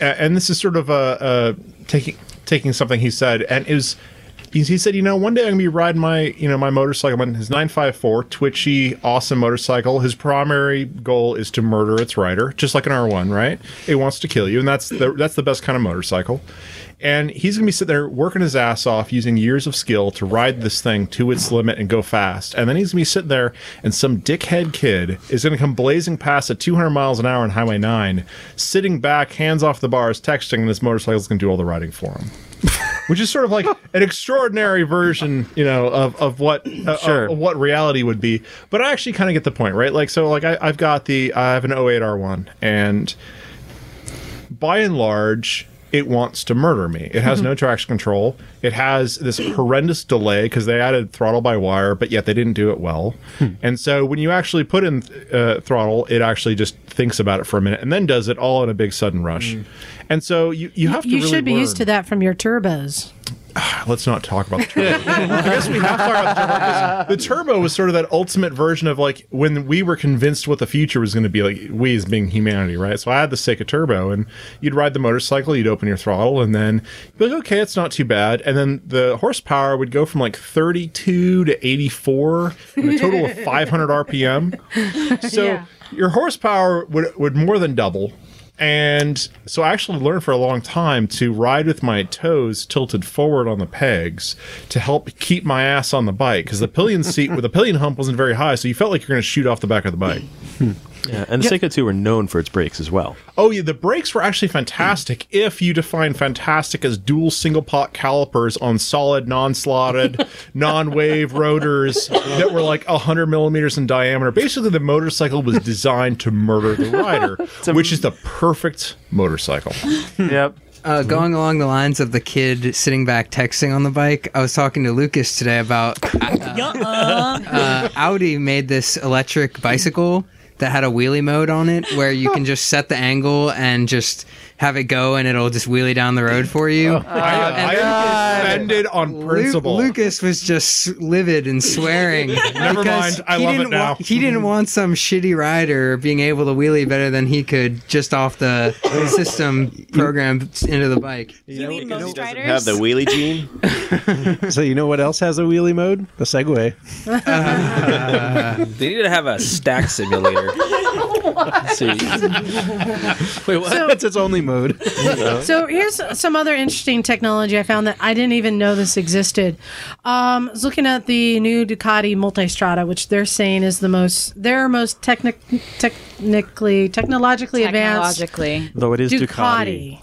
G: uh, and this is sort of a, a taking taking something he said, and it was. He he said, "You know, one day I'm gonna be riding my, you know, my motorcycle, my- his 954 twitchy, awesome motorcycle. His primary goal is to murder its rider, just like an R1, right? It wants to kill you, and that's the that's the best kind of motorcycle. And he's gonna be sitting there working his ass off, using years of skill to ride this thing to its limit and go fast. And then he's gonna be sitting there, and some dickhead kid is gonna come blazing past at 200 miles an hour on Highway 9, sitting back, hands off the bars, texting, and this motorcycle's gonna do all the riding for him." which is sort
B: <laughs>
G: of like an extraordinary version, you know, of of what uh, of what reality would be. But I actually kind of get the point, right? Like, so like I, I've got the I have an 08R1, and by and large, it wants to murder me. It
B: Mm-hmm.
G: has no traction control. It has this horrendous delay because they added throttle by wire, but yet they didn't do it well.
B: Hmm.
G: And so when you actually put in uh, throttle, it actually just thinks about it for a minute and then does it all in a big sudden rush. And so you, you have to
B: Mm. You
G: really
B: should be
G: learn.
B: used to that from your turbos.
G: Let's not talk about the turbo. I guess we
C: <laughs>
G: have to talk about the turbo. 'cause The turbo was sort of that ultimate version of like when we were convinced what the future was going to be like. We as being humanity, right? So I had the Seika Turbo, and you'd ride the motorcycle, you'd open your throttle, and then you'd be like, okay, it's not too bad. And then the horsepower would go from like 32 to 84, and a total of 500 RPM. <laughs> So your horsepower would would more than double. And so I actually learned for a long time to ride with my toes tilted forward on the pegs to help keep my ass on the bike because the pillion seat with the pillion hump wasn't very high, so you felt like you're going to shoot off the back of the bike.
E: Yeah, and the Seiko 2 were known for its brakes as well.
G: Oh yeah, the brakes were actually fantastic if you define fantastic as dual single pot calipers on solid, non-slotted, non-wave rotors that were like hundred millimeters in diameter. Basically, the motorcycle was designed to murder the rider, which is the perfect motorcycle.
C: yep.
J: Uh, going along the lines of the kid sitting back texting on the bike, I was talking to Lucas today about
B: <laughs>
G: <laughs>
J: uh, Audi made this electric bicycle that had a wheelie mode on it where you can just set the angle and just have it go and it'll just wheelie down the road for you.
G: Oh.
C: Oh,
G: I am offended on
J: Lu-
G: principle.
J: Lucas was just livid and swearing.
G: <laughs> Never
J: because
G: mind, I
J: he
G: love it
J: didn't
G: now. Mm-hmm.
J: wa- he didn't want some shitty rider being able to wheelie better than he could just off the system programmed into the bike.
M: You mean
D: most riders?
M: have the wheelie gene?
H: <laughs> so you know what else has a wheelie mode? The
G: <laughs>
H: Segway.
F: they need to have a stack
B: <laughs>
F: simulator. See.
G: <laughs>
F: Wait, what?
H: That's its only mode.
E: Oh.
B: <laughs> So here's some other interesting technology I found that I didn't even know this existed. Um, I was looking at the new Ducati Multistrada, which they're saying is the most their most technic technically technologically advanced.
D: Technologically.
E: Though it is Ducati.
B: Ducati.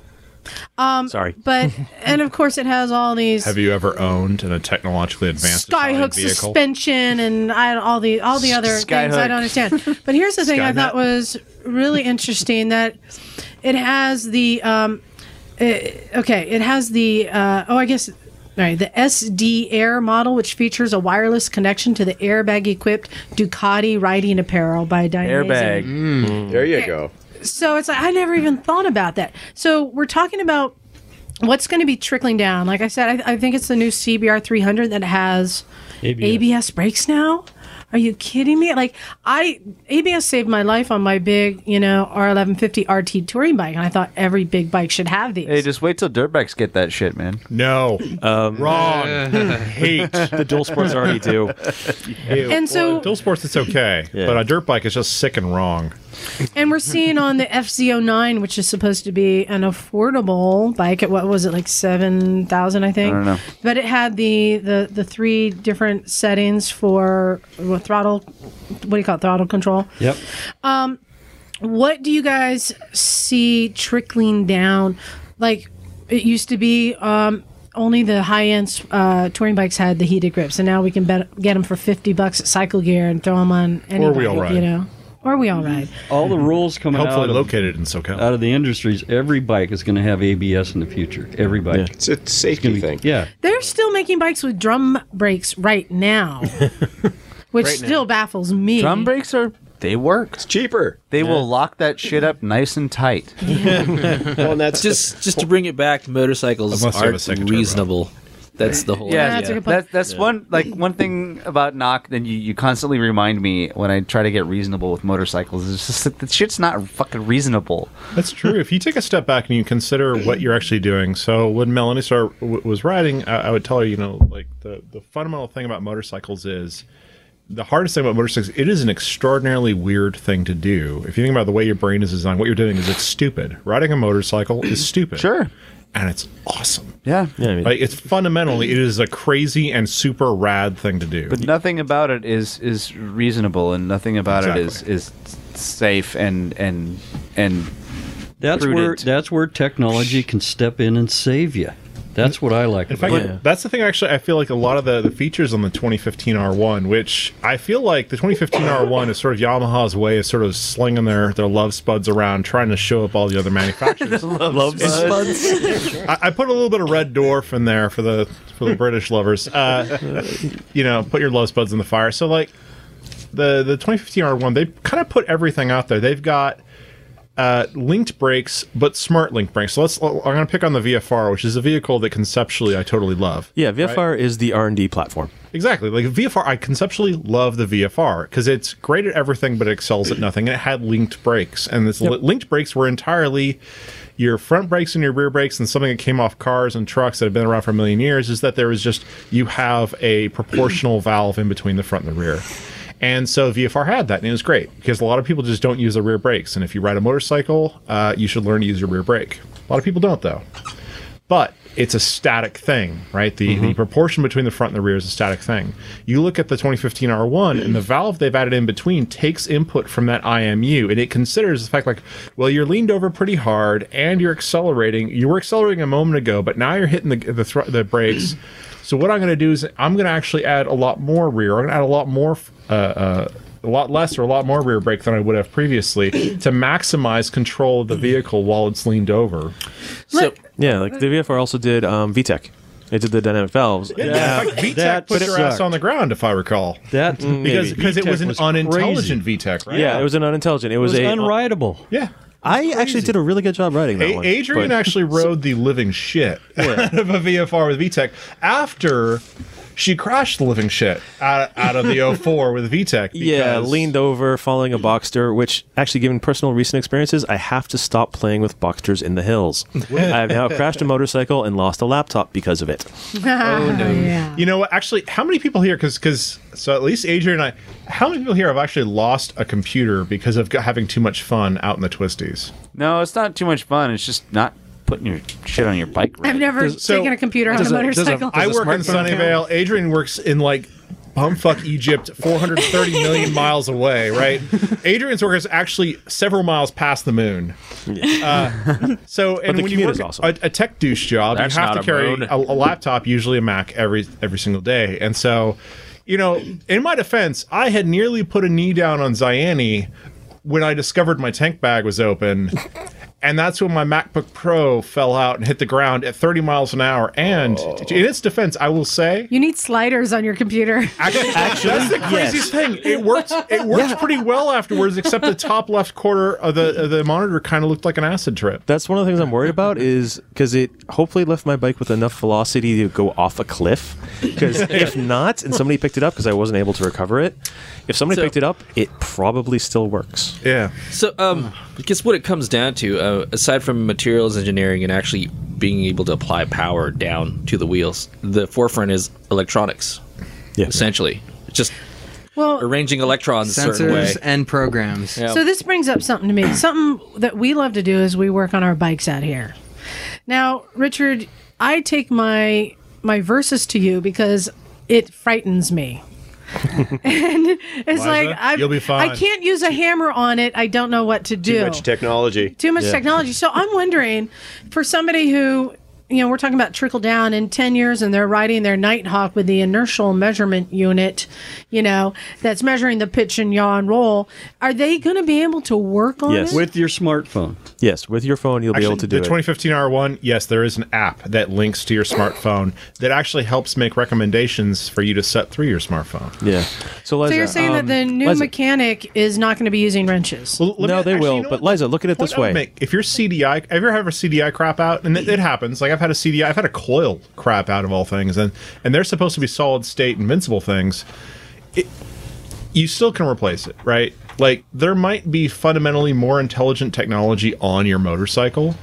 B: Um,
E: Sorry. <laughs>
B: but and of course it has all these
G: Have you ever owned in a technologically advanced
B: skyhook
G: Italian vehicle?
B: suspension and I, all the all the other things I
G: Skyhook.
B: don't understand. But here's the thing I
G: Skynet.
B: thought was really interesting that it has the um, it, okay it has the uh, oh I guess. All right, the SD Air model, which features a wireless connection to the airbag-equipped Ducati riding apparel by Dynamazing.
M: Airbag. Mm.
K: Mm.
M: There you go.
B: So it's like I never even thought about that. So we're talking about what's going to be trickling down. Like I said, I, I think it's the new CBR 300 that has
L: ABS.
B: ABS. brakes now. Are you kidding me? Like I ABS saved my life on my big, you know, R1150 RT touring bike, and I thought every big bike should have these.
C: Hey, just wait till dirtbags get that shit, man.
G: No,
C: um,
G: Wrong.
J: Uh, <laughs>
G: Hate.
E: The dual sports
C: <laughs>
E: already do.
G: Ew.
B: And so-
G: dual sports, it's okay, but a dirt bike is just sick and wrong.
B: And we're seeing on the FZ09, which is supposed to be an affordable bike at what was it like seven thousand, I think.
C: I don't know.
B: But it had the the the three different settings for what, throttle. What do you call it? Throttle control.
O: Yep.
B: Um, what do you guys see trickling down? Like it used to be, um, only the high end uh, touring bikes had the heated grips, and now we can bet, get them for fifty bucks at Cycle Gear and throw them on any
O: Or
B: bike,
O: wheel ride.
B: you know, or we all ride.
O: All the rules coming
B: Hopefully
O: out of, located
G: in SoCal.
O: Out of the industries, every bike is going to have ABS in the future. Every bike. It's
M: a safety thing.
O: Yeah.
B: They're still making bikes with drum brakes right
C: <laughs>
B: now, which
C: Right now.
B: still baffles me.
C: Drum
B: <laughs>
C: brakes are they work. It's
M: cheaper.
C: They
F: Yeah.
C: will lock that shit up nice and tight.
F: well,
M: that's
F: just just to bring it back. Motorcycles
C: Unless you have a
F: aren't reasonable. That's the whole.
C: yeah,
F: idea.
C: that's, that's, one like one thing about knock that you, you constantly remind me when I try to get reasonable with motorcycles is just that the shit's not fucking reasonable.
G: That's true. if you take a step back and you consider what you're actually doing, so when Melanie Star w- was riding, I-, I would tell her, you know, like the the fundamental thing about motorcycles is the hardest thing about motorcycles. It is an extraordinarily weird thing to do. If you think about the way your brain is designed, what you're doing is it's stupid. Riding a motorcycle is stupid. Sure. And it's awesome.
C: Yeah.
E: Yeah.
G: Like it's fundamentally, it is a crazy and super rad thing to do.
C: But nothing about it is is reasonable, and nothing about it
G: Exactly.
C: is is
O: <laughs>
C: safe and and and
O: That's where
C: prudent.
O: that's where technology can step in and save you. That's what I like.
G: In fact,
O: about it.
G: that's the thing. Actually, I feel like a lot of the, the features on the 2015 R1, which I feel like the 2015 R1 is sort of Yamaha's way of sort of slinging their, their love spuds around, trying to show up all <laughs> the other manufacturers.
C: love,
G: spuds. I, I put a little bit of Red Dwarf in there for the for the British lovers. Uh, you know, put your love spuds in the fire. So like the the 2015 R1, they kind of put everything out there. They've got uh, linked brakes, but smart link brakes. So let's. I'm going to pick on the VFR, which is a vehicle that conceptually I totally love.
E: Yeah, VFR is the R and D platform.
G: Exactly. Like VFR, I conceptually love the VFR because it's great at everything but it excels at nothing. And it had linked brakes, and this li- linked brakes were entirely your front brakes and your rear brakes. And something that came off cars and trucks that have been around for a million years is that there was just you have a proportional valve in between the front and the rear. And so VFR had that, and it was great because a lot of people just don't use their rear brakes. And if you ride a motorcycle, uh, you should learn to use your rear brake. A lot of people don't though but it's a static thing, right? The, the proportion between the front and the rear is a static thing. You look at the 2015 R1, and the valve they've added in between takes input from that IMU, and it considers the fact, like, well, you're leaned over pretty hard, and you're accelerating. You were accelerating a moment ago, but now you're hitting the the, thr- the brakes. So what I'm going to do is I'm going to actually add a lot more rear. I'm going to add a lot more, f- uh, uh, a lot less or a lot more rear brake than I would have
E: <coughs>
G: previously to maximize control of the vehicle while it's leaned over.
E: So yeah, like the VFR also did um, VTEC. It did the dynamic valves.
G: Yeah, in fact, VTech put your ass on the ground, if I recall.
E: That
G: because because it was an unintelligent VTech, right?
E: Mm, Yeah, it was an unintelligent. It was, a
O: unrideable.
G: Yeah.
E: I actually did a really good job writing that
G: A-
E: one.
G: Adrian
E: but-
G: actually
E: <laughs>
G: rode the living shit out of a VFR with VTech after she crashed the living shit out, out of
E: <laughs>
G: the 04 with VTech.
E: Yeah,
G: because-
E: leaned over, following a Boxster, which actually, given personal recent experiences, I have to stop playing with Boxsters in
G: <laughs>
E: the hills. I have now crashed a motorcycle and lost a laptop because of it.
B: oh no! Yeah.
G: You know what? Actually, how many people here? Because because so at least Adrian and I. How many people here have actually lost a computer because of g- having too much fun out in the twisties?
C: No, it's not too much fun. It's just not putting your shit on your bike. Right.
B: I've never
G: Does- so-
B: taken a computer on a
G: does a- does a-
B: motorcycle.
G: I work in Sunnyvale. Adrian works in like bumfuck Egypt, 430 million miles away. Right? Adrian's work is actually several miles past the moon. <laughs> Uh, so, and
E: the
G: when you
E: commute
G: work
E: is
G: a, a tech douche job,
E: That's
G: you have
E: not
G: to
E: a
G: carry
E: moon.
G: a, a laptop, usually a Mac, every every single day. And so, you know, in my defense, I had nearly put a knee down on Ziani when I discovered my tank bag was
E: <laughs>
G: open. And that's when my MacBook Pro fell out and hit the ground at 30 miles an hour. And
E: Oh.
G: in its defense, I will say
B: You need sliders on your
M: <laughs>
B: computer.
G: Actually, that's the craziest thing. It worked. It worked pretty well afterwards, except the top left quarter of the of the monitor kind of looked like an acid trip.
E: That's one of the things I'm worried about is because it hopefully left my bike with enough velocity to go off a cliff.
G: <laughs>
E: Because if not, and somebody picked it up because I wasn't able to recover it, if somebody
F: So-
E: picked it up, it probably still works.
G: Yeah.
F: So, um, I guess what it comes down to, uh, aside from materials engineering and actually being able to apply power down to the wheels, the forefront is electronics.
E: Yeah.
F: Essentially, It's just
B: Well,
F: arranging electrons a certain way.
J: Sensors and programs.
B: So this brings up something to me. Something that we love to do is we work on our bikes out here. Now, Richard, I take my my verses to you because it frightens me. <laughs> and it's
M: Liza,
B: like I,
M: you'll be fine.
B: I can't use a hammer on it. I don't know what to do.
M: Too much technology.
B: Too much technology. So I'm wondering, for somebody who, you know, we're talking about trickle down in 10 years and they're riding their Nighthawk with the inertial measurement unit, you know, that's measuring the pitch and yaw and roll, are they going to be able to work on
E: Yes.
B: it?
E: With
O: your smartphone.
E: Yes, with your phone, you'll be
G: Actually,
E: able to do
G: the
E: it.
G: 2015 R1. Yes, there is an app that links to your smartphone that actually helps make recommendations for you to set through your smartphone.
E: Yeah. So,
B: so you're
E: Um,
B: saying that the new mechanic is not going to be using wrenches?
E: no, they will. but Liza, look at it
G: Point
E: this
G: I would
E: way.
G: make, if your CDI, if you ever a CDI crap out, and it, it happens. Like I've had a CDI, I've had a coil crap out of all things, and and they're supposed to be solid state invincible things. It, you still can replace it, right? Like there might be fundamentally more intelligent technology on your motorcycle,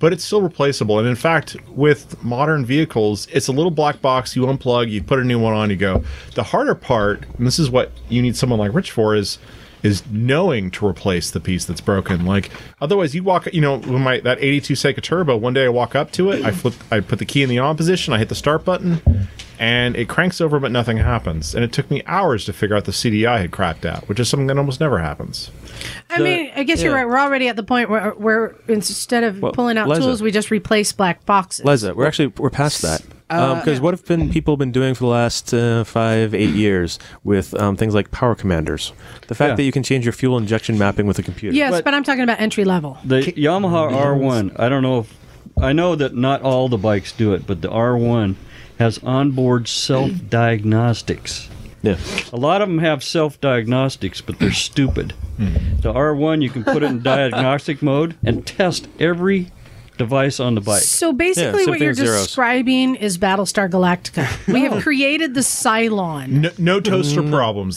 G: but it's still replaceable. And in fact, with modern vehicles, it's a little black box. You unplug, you put a new one on, you go. The harder part, and this is what you need someone like Rich for, is is knowing to replace the piece that's broken. Like otherwise, you walk. You know, when my that '82 Seika Turbo, one day I walk up to it, I flip, I put the key in the on position, I hit the start button, and it cranks over, but nothing happens. And it took me hours to figure out the CDI had crapped out, which is something that almost never happens.
B: I mean, I guess you're
G: yeah.
B: right. We're already at the point where, where instead of
E: Well,
B: pulling out
E: Liza.
B: tools, we just replace black boxes.
E: Liza, we're actually we're past that.
B: Uh,
E: Because what have been people been doing for the last uh, five eight years with um, things like power commanders? The fact
O: Yeah.
E: that you can change your fuel injection mapping with a computer.
B: Yes, but, I'm talking about entry level.
O: The Yamaha R1. I don't know if I know that not all the bikes do it, but the R1 has onboard self diagnostics.
E: Yeah.
O: A lot of them have self diagnostics, but they're stupid. The R1 you can put it in diagnostic mode and test every device on the bike.
B: So basically, what you're describing is Battlestar Galactica. We have created the Cylon. <laughs>
G: No, no toaster problems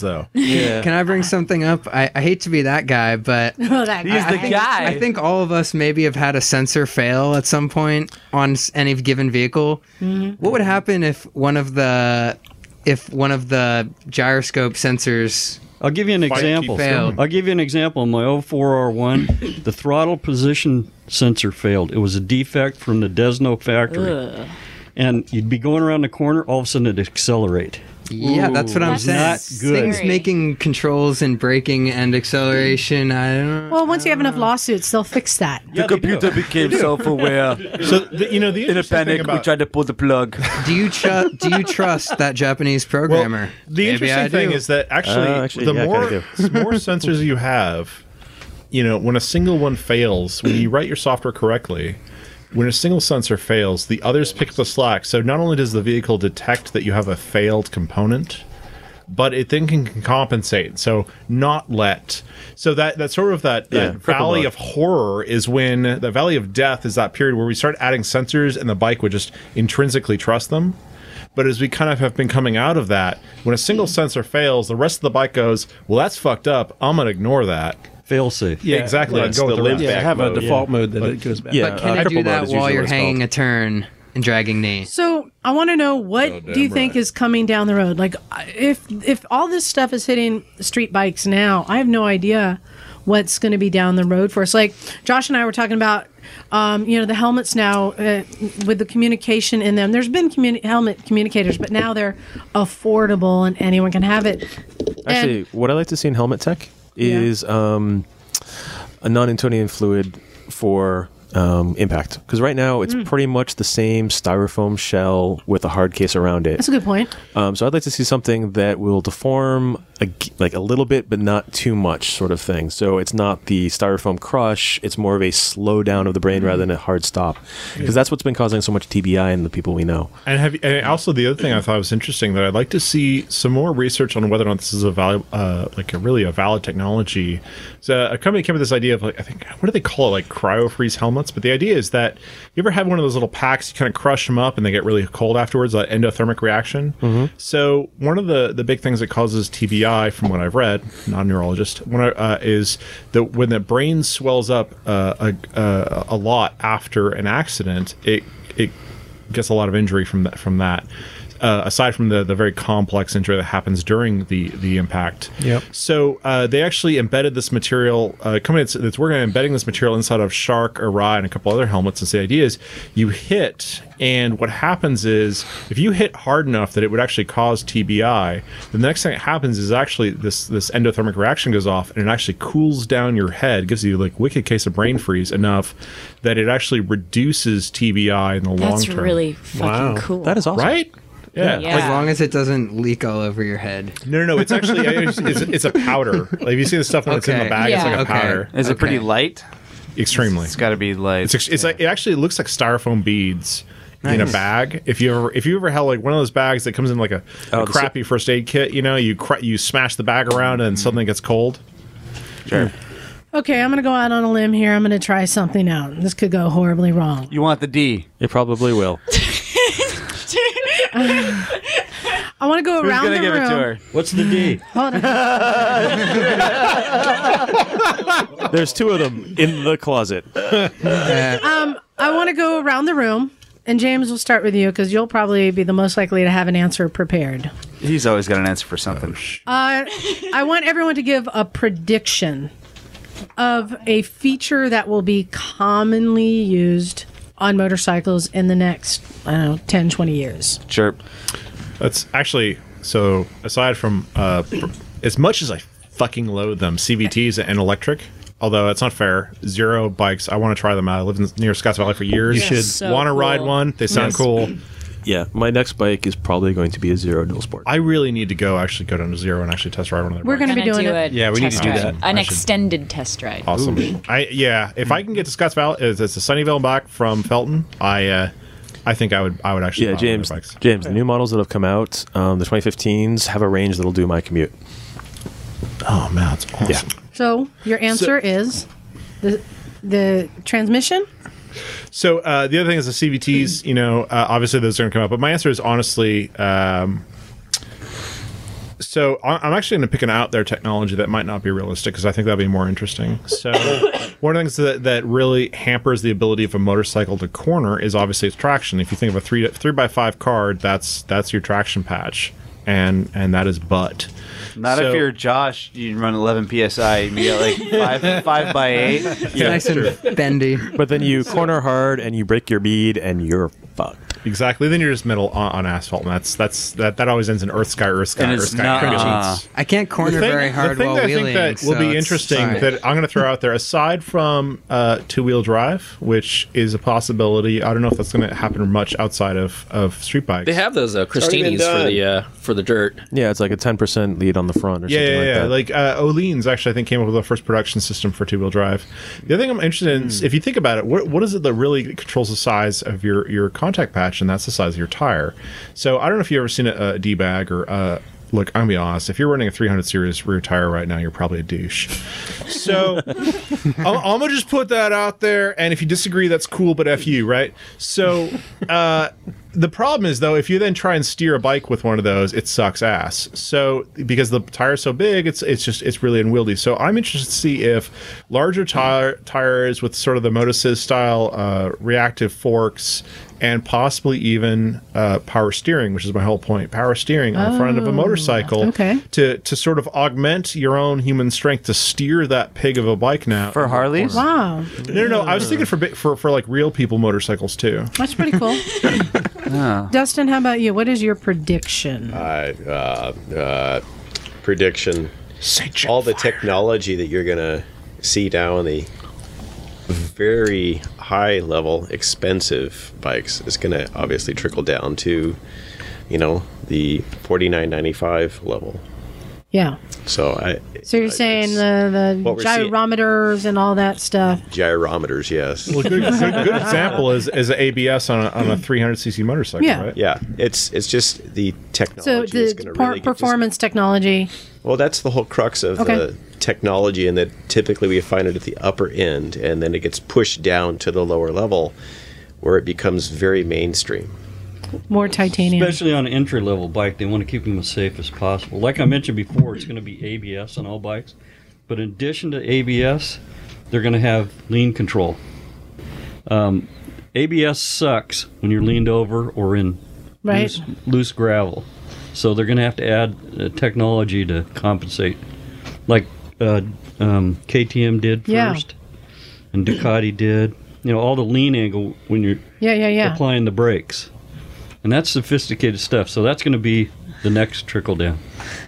O: <laughs>
G: though.
J: Can I bring something up? I, I hate to be that guy,
O: <laughs>
J: but
B: Oh, that
J: I- I think- I think all of us maybe have had a sensor fail at some point on s- any given vehicle.
O: Mm-hmm.
J: What would happen if one of the if one of the gyroscope sensors?
O: I'll give you an example.
J: Failed.
O: I'll give you an example. My 04R1, the throttle position sensor failed. It was a defect from the Desno factory.
J: Ugh.
O: And you'd be going around the corner, all of a sudden it'd accelerate.
J: Yeah, that's what I'm saying.
O: Not good.
J: Things making controls and braking and acceleration. I don't.
B: Well, once you have enough lawsuits, they'll fix that.
J: The computer
C: became self-aware.
G: <laughs> So the, you know, the
C: in a panic, we
J: about-
C: tried to pull the plug.
J: Do you tru- do you trust that Japanese programmer?
G: The
J: Maybe I
G: interesting thing
J: do.
G: is that Uh, actually, the more <laughs> more sensors you have, you know, when a single one fails, when you write your software correctly, when a single sensor fails, the others pick up the slack. So not only does the vehicle detect that you have a failed component, but it then can, can compensate. So not let. So that that sort of that, that
E: Yeah, cripple
G: valley
E: mode.
G: of horror is when the valley of death is that period where we start adding sensors and the bike would just intrinsically trust them. But as we kind of have been coming out of that, when a single sensor fails, the rest of the bike goes, "Well, that's fucked up. I'm gonna ignore that."
O: Fail safe.
G: Yeah, exactly.
H: Well, it's
G: Go with
H: the
G: the rest.
H: limpback Yeah, have a mode. default mode that it goes back. Yeah,
J: but can
G: uh,
J: I do
G: cripple
J: that
G: mode is
J: while
G: usually
J: you're
G: what it's called.
J: hanging a turn and dragging knee?
B: So I want to know what
J: Goddamn
B: do you think
J: right.
B: is coming down the road? Like, I- if if all this stuff is hitting street bikes now, I have no idea what's going to be down the road for us. Like Josh and I were talking about, um, you know, the helmets now uh, with the communication in them. There's been communi- helmet communicators, but now they're affordable and anyone can have it.
E: Actually, what I like to see in helmet tech is um, a non-Newtonian fluid for um, impact. Because right now it's
B: Mm.
E: pretty much the same styrofoam shell with a hard case around it.
B: That's a good point.
E: Um, so I'd like to see something that will deform a g like a little bit, but not too much, sort of thing. So it's not the styrofoam crush; it's more of a slow down of the
B: Hmm.
E: brain rather than a hard stop, because that's what's been causing so much TBI in the people we know.
G: And have and also the other thing I thought was interesting that I'd like to see some more research on whether or not this is a valid, uh, like a really a valid technology. So a company came with this idea of like I think what do they call it like cryo freeze helmets? But the idea is that you ever had one of those little packs, you kind of crush them up and they get really cold afterwards, that endothermic reaction. So one of the the big things that causes TBI, from what I've read, not a neurologist, when I, uh, is that when the brain swells up uh, a, a a lot after an accident, it it gets a lot of injury from that from that. uh, aside from the, the very complex injury that happens during the, the impact.
H: Yep.
G: So uh, they actually embedded this material, uh, a company that's, that's working on embedding this material inside of Shark, Arai, and a couple other helmets. And so the idea is you hit, and what happens is if you hit hard enough that it would actually cause TBI, then the next thing that happens is actually this, this endothermic reaction goes off and it actually cools down your head, gives you like wicked case of brain freeze enough that it actually reduces TBI in the long
D: That's
G: term.
D: really fucking Wow. cool. That is awesome.
G: Oh, Right? Yeah.
J: As long as it doesn't leak all over your head.
G: No, no, no. It's
J: <laughs>
G: actually it's, it's, it's a powder. Like if
C: <laughs>
G: you see the stuff when it's in the
J: Okay.
G: bag, it's
J: Yeah.
G: like a
J: Okay.
G: powder.
J: Is it pretty
G: light? Extremely. It's
C: got to be light.
G: It's, ex- it's like it actually looks like styrofoam beads. In a
C: Nice.
G: bag, if you ever if you ever held like one of those bags that comes in like a,
C: the
G: a crappy first aid kit, you know, you cra- you smash the bag around and suddenly it gets cold. Sure.
B: Okay, I'm going to go out on a limb here. I'm going to try something out. This could go horribly
O: <laughs>
B: wrong. <laughs>
C: You want the D? It probably will.
B: I want to go
O: Who's
B: around
O: gonna
B: the
O: give it
B: room.
O: to her? What's the D?
B: Hold on.
E: There's two of them in the
O: <laughs>
E: closet.
B: um, I want to go around the room, and James, we'll start with you because you'll probably be the most likely to have an answer prepared.
C: He's always got an answer for
G: Oh,
C: something.
B: Uh, I want everyone to give a prediction of a feature that will be commonly used on motorcycles in the next, I don't know, 10, 20 years.
G: Chirp. That's actually so. Aside from uh, pr- as much as I fucking load them, CVTs and electric. Although that's not fair. Zero bikes. I want to try them out. I lived in, near Scotts Valley for years.
E: You should. So
G: want to ride
E: cool.
G: one. They sound
E: Yes.
G: cool.
E: Yeah, my next bike is probably going to be a zero dual sport.
G: I really need to go actually go down to zero and actually test ride one of their.
D: We're going to be doing
G: do
D: a
G: it. Yeah, we need
D: test
G: to do
D: ride.
G: that.
D: An
G: I should-
D: extended test ride.
G: Awesome. I yeah. If I can get to Scotts Valley, it's, it's a Sunnyvale and back from Felton. I uh, I think I would I would actually.
E: Yeah,
G: buy one of their
E: James.
G: bikes.
E: James, the new models that have come out, um, the 2015s have a range that'll do my commute.
G: Oh man, that's awesome.
E: Yeah.
B: So your answer is the, the transmission?
G: So uh, the other thing is the CVTs. You know, uh, obviously those are going to come up. But my answer is honestly. Um, so I- I'm actually going to pick an out there technology that might not be realistic because I think that'd be more interesting.
J: <coughs>
G: So one of the things that, that really hampers the ability of a motorcycle to corner is obviously its traction. If you think of a three three by five card, that's that's your traction patch, and and that is butt.
C: Not
G: So-
C: if you're Josh, you run 11 psi. You get like five, five
G: <laughs>
C: by eight.
J: bendy.
E: But then you corner hard and you break your bead and you're fucked.
G: Exactly. Then you're just metal on, on asphalt, and that's that's that, that always ends in earth sky, earth sky,
J: And
G: earth
J: it's
G: sky.
J: not-
G: collisions.
J: uh, I can't corner very hard
G: the thing
J: while
G: that I
J: wheeling,
G: think that
J: so
G: will be
J: it's-
G: interesting
J: sorry.
G: that I'm going to throw out there, aside from uh, two wheel drive, which is a possibility. I don't know if that's going to happen much outside of, of street bikes.
F: They have those uh,
G: It's already been
F: Christinis for the uh, for the dirt.
E: Yeah, it's like a 10% lead on the front or
G: yeah,
E: something
G: yeah,
E: like
G: yeah.
E: that.
G: Like uh, Olean's actually, I think, came up with the first production system for two wheel drive. The other thing I'm interested in
J: Hmm.
G: is if you think about it, what, what is it that really controls the size of your, your contact patch, and that's the size of your tire. So I don't know if you've ever seen a, a D bag or. Uh, Look, I'm gonna be honest. If you're running a 300 series rear tire right now, you're probably a douche. So I'm, I'm gonna just put that out there, and if you disagree, that's cool, but f you, right? So uh, the problem is though, if you then try and steer a bike with one of those, it sucks ass. So because the tire's so big, it's it's just it's really unwieldy. So I'm interested to see if larger tire tires with sort of the Motasys style uh, reactive forks. And possibly even uh, power steering, which is my whole point. Power steering on the front end of a
B: Oh,
G: motorcycle
B: okay.
G: to to sort of augment your own human strength to steer that pig of a bike now for Harleys.
B: Wow.
G: No, no, no. I was thinking for bi- for for like real people motorcycles too.
B: That's pretty cool. Dustin, how about you? What is your prediction?
M: I, uh, uh, prediction. All the technology that you're gonna see down the very high level, expensive bikes is gonna obviously trickle down to, you know, the forty nine ninety five level.
B: Yeah.
M: So I
B: So you're saying the, the
M: Uh, What we're seeing-
B: gyrometers and all that stuff?
M: gyrometers, yes.
G: Well, good, good, good example is is a ABS on a, on a 300cc motorcycle,
B: Yeah.
G: right?
M: Yeah, it's it's just the technology.
B: So
M: is
B: the
M: gonna
B: per-
M: really get this-
B: performance technology.
M: Well, that's the whole crux of
B: Okay.
M: the technology, and that typically we find it at the upper end, and then it gets pushed down to the lower level, where it becomes very mainstream.
B: More titanium.
O: Especially on an entry level bike, they want to keep them as safe as possible. Like I mentioned before, it's going to be ABS on all bikes, but in addition to ABS, they're going to have lean control. Um, ABS sucks when you're leaned over or in
B: Right.
O: loose, loose gravel. So they're going to have to add uh, technology to compensate, like uh, um, KTM did first,
B: Yeah.
O: and Ducati did. You know, all the lean angle when you're
B: Yeah, yeah, yeah.
O: applying the brakes, and that's sophisticated stuff. So that's going to be the next trickle down.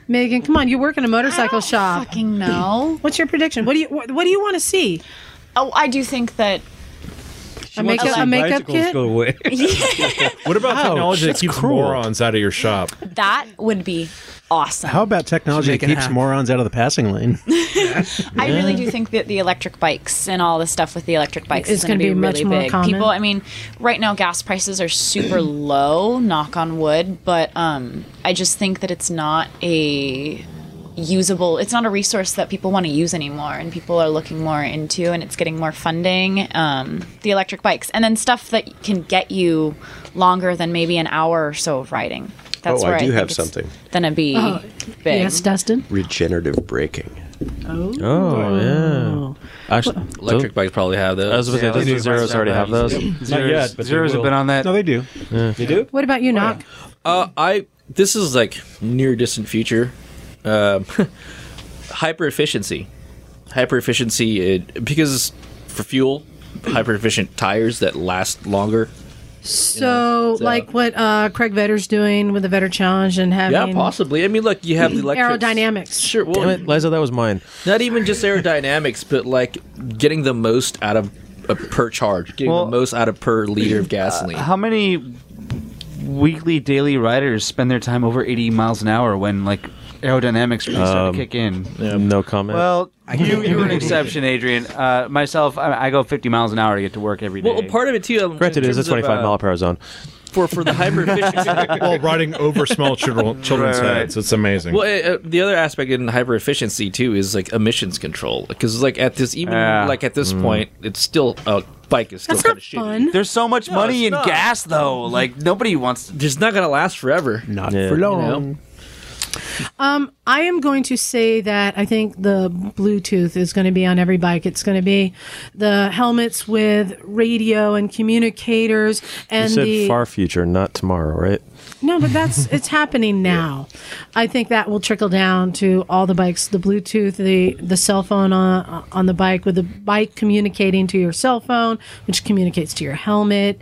B: Megan, come on, you work in a motorcycle shop.
D: Fucking no.
B: <laughs> What's your prediction? What do you What, what do you want to see?
D: Oh, I do think that
B: a makeup a makeup kit.
O: Go away.
G: What about
H: Ouch,
G: technology that
H: that's
G: keeps
H: cruel.
G: morons out of your shop?
D: that would be awesome.
H: How about technology that
D: Make it
H: keeps
D: happen.
H: morons out of the passing lane?
D: I really
H: Yeah.
D: do think that the electric bikes and all the stuff with the electric bikes
B: It's
D: is going to
B: gonna
D: be,
B: be much
D: really
B: more
D: big.
B: common.
D: People, I mean, right now gas prices
B: <clears throat>
D: are super low, knock on wood, but um, I just think that it's not a usable it's not a resource that people want to use anymore and people are looking more into and it's getting more funding um, the electric bikes and then stuff that can get you longer than maybe an hour or so of riding that's
M: oh,
D: where
M: I do
D: think
M: have
D: it's
M: something.
D: gonna be
B: Oh,
D: big
B: Yes, Dustin.
M: Regenerative
D: <laughs>
M: braking. <laughs>
B: Oh.
F: Oh yeah. Actually, electric bikes probably have those.
C: I was about to say, doesn't Zeros already have those?
H: <laughs>
C: Zeros- Zeros have been on that.
H: No, they do.
F: You
M: do?
B: What about you, Knock?
F: Uh, I this is like near distant future. Um, <laughs> hyper efficiency, hyper efficiency it, because for fuel, hyper efficient tires that last longer.
B: So, like what uh, Craig Vetter's doing with the Vetter Challenge and having
F: yeah, possibly. I mean, look, you
B: <clears throat>
F: have the electric.
B: aerodynamics.
F: Sure. Well,
E: Damn it, Liza, that was mine.
F: not even just aerodynamics, but like getting the most out of uh, per charge, getting
C: Well-
F: the most out of per liter
H: uh,
F: of gasoline.
C: How many weekly, daily riders spend their time over 80 miles an hour when like aerodynamics really start
E: Um,
C: to kick in?
E: No comment.
C: Well, you, you were
F: <laughs>
C: an exception, Adrian. Uh, myself, I, I go 50 miles an hour to get to work every day.
F: well, part of it too. um, in
E: Granted, it is a
F: terms of,
E: 25
F: uh,
E: mile per hour zone.
F: for for the hyper efficiency.
E: <laughs>
G: While riding over small children, children's
F: Right, right.
G: heads, it's amazing.
F: Well, uh, uh, the other aspect in hyper efficiency too is like emissions control because like at this even
C: Yeah.
F: like at
E: Mm.
F: this point it's still a bike is still kind of shit.
B: fun.
C: There's so much money in gas, though. Like nobody wants.
F: It's not gonna last forever.
H: Not
E: Yeah.
H: for
E: You
H: long.
B: Um, I am going to say that I think the Bluetooth is going to be on every bike. It's going to be the helmets with radio and communicators
E: You
B: and
E: said
B: the
E: far future, not tomorrow, right?
B: no, but that's
E: <laughs>
B: it's happening now. I think that will trickle down to all the bikes. The Bluetooth, the the cell phone on on the bike with the bike communicating to your cell phone, which communicates to your helmet.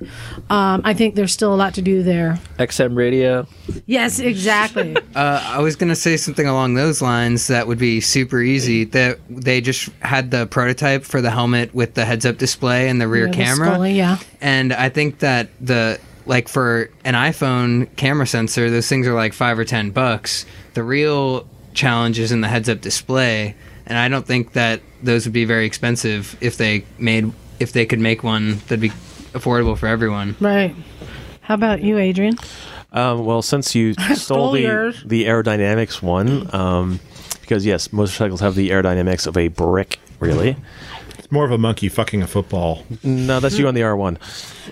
B: Um, I think there's still a lot to do there.
F: XM radio.
B: Yes, <laughs> exactly.
J: Uh, I was gonna say something along those lines that would be super easy. That they just had the prototype for the helmet with the heads-up display and the rear
B: Yeah, the
J: camera.
B: Scully, yeah.
J: And I think that the like for an iPhone camera sensor, those things are like five or ten bucks. The real challenge is in the heads-up display, and I don't think that those would be very expensive if they made if they could make one that'd be affordable for everyone.
B: Right. How about you, Adrian?
E: Um, well, since
B: <laughs>
E: you
B: Stole
E: stole the,
B: yours.
E: the aerodynamics one, um, because yes, motorcycles have the aerodynamics of a brick, really.
G: It's more of a monkey fucking a football.
E: No, that's you on the R1.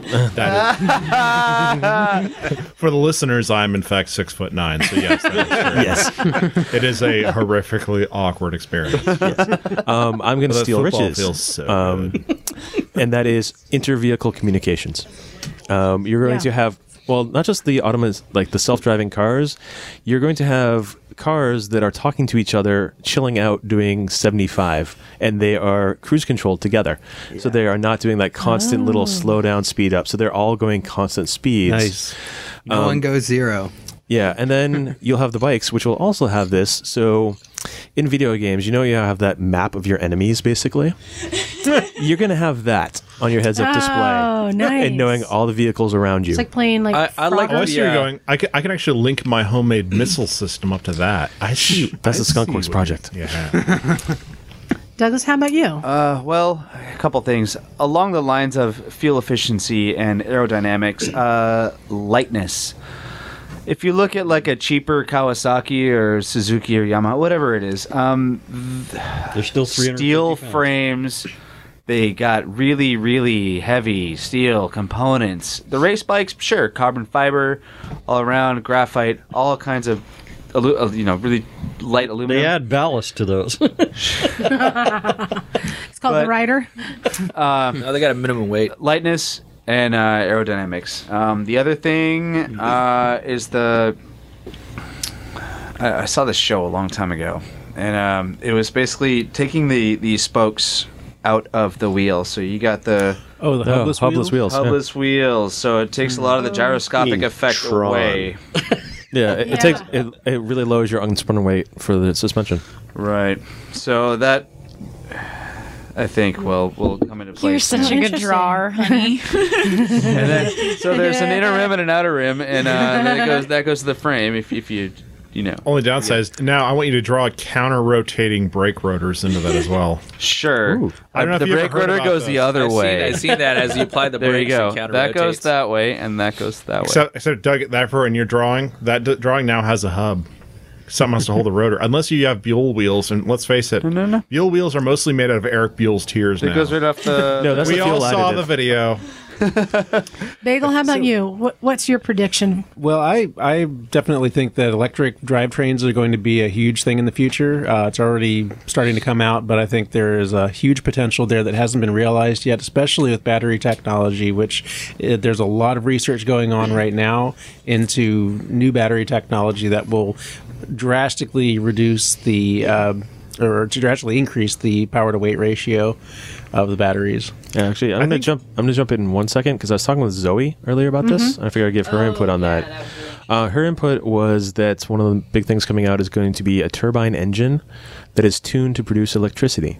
G: That
F: <laughs>
B: Uh,
G: is, for the listeners, I'm in fact six foot nine. So yes,
E: yes,
G: it is a horrifically awkward experience.
E: Um, I'm going to
G: Well, that
E: steal
G: football
E: riches.
G: feels so
E: um, and that is intervehicle communications. Um, you're going
G: Yeah.
E: to have well, not just the autonomous, like the self-driving cars. You're going to have cars that are talking to each other, chilling out, doing 75, and they are cruise controlled together. So they are not doing like constant little slow down, speed up. So they're all going constant speeds. Um,
J: Nice. No one goes zero.
E: Yeah, and then you'll have the bikes, which will also have this. So, in video games, you know you have that map of your enemies, basically. You're going to have that on your heads up display.
B: Oh, nice.
E: And knowing all the vehicles around you.
B: It's like playing like Frogger.
G: Unless you're going, I can, I can actually link
C: <clears throat>
G: my homemade missile system up to that. I see. I
E: That's the Skunk
G: see
E: Works
G: what
E: project.
G: you're- Yeah.
B: Douglas, how about you?
C: Uh, well, a couple things along the lines of fuel efficiency and aerodynamics, uh, lightness. If you look at like a cheaper Kawasaki or Suzuki or Yamaha, whatever it is, um,
O: There's still
C: steel
O: 350 pounds.
C: frames. They got really, really heavy steel components. The race bikes, sure, carbon fiber, all around graphite, all kinds of, alu- uh, you know, really light aluminum.
O: They add ballast to those. <laughs>
B: It's called the
C: but-
B: Rider.
C: Um,
F: no, they got a minimum weight.
C: Lightness, and uh, aerodynamics. Um, the other
F: Mm-hmm.
C: thing uh, is the. I, I saw this show a long time ago, and um, it was basically taking the the spokes out of the wheel. So you got the
H: Oh, the Oh, hubless hubless wheels? wheels, yeah.
C: Hubless wheels. So it takes a lot
F: Mm-hmm.
C: of the gyroscopic
E: Mean
C: effect
E: Tron.
C: away.
E: Yeah, it, it takes it, it really lowers your unspun weight for the suspension.
C: Right. So that I think will will come into play.
D: You're such a
C: soon.
D: good drawer, <laughs> honey.
C: and
G: <laughs>
C: then, so there's an inner rim and an outer rim, and uh, that goes that goes to the frame. If if you <laughs> you know
G: Only downside is now I want you to draw counter rotating brake rotors into that as well.
C: Sure.
G: I don't know
C: Uh,
G: if
C: the
G: you ever
C: brake
G: heard
C: rotor
G: about
C: goes
G: those.
C: the other
G: I've seen-
C: way.
G: I've seen that as you apply
C: <laughs>
G: the
C: there you
G: brakes, it
C: go. That goes
G: counter-rotates.
C: that way, and that goes that way.
G: Except, except Doug, therefore, in your drawing, that d- drawing now has a hub. Something has to hold the rotor, unless you have Buell wheels. And let's face it, Buell wheels are mostly made out of Eric Buell's tears.
C: It
G: now.
C: goes right uh, off the- No, that's
G: we
C: the
G: all
C: fuel
G: saw
C: additive.
G: the video.
B: <laughs> Bagel, how about you? What, what's your
D: <laughs>
B: prediction?
H: Well, I, I definitely think that electric drivetrains are going to be a huge thing in the future. Uh, it's already starting to come out, but I think there is a huge potential there that hasn't been realized yet, especially with battery technology, which uh, there's a lot of research going on right now into new battery technology that will drastically reduce the. Uh, or to drastically increase the power to weight ratio of the batteries.
E: Yeah, actually, I'm gonna jump. I'm gonna jump in one second because I was talking with Zoe earlier about this.
H: Mhm.
E: and I figured I'd give her input on that. uh, her input was that one of the big things coming out is going to be a turbine engine that is tuned to produce electricity.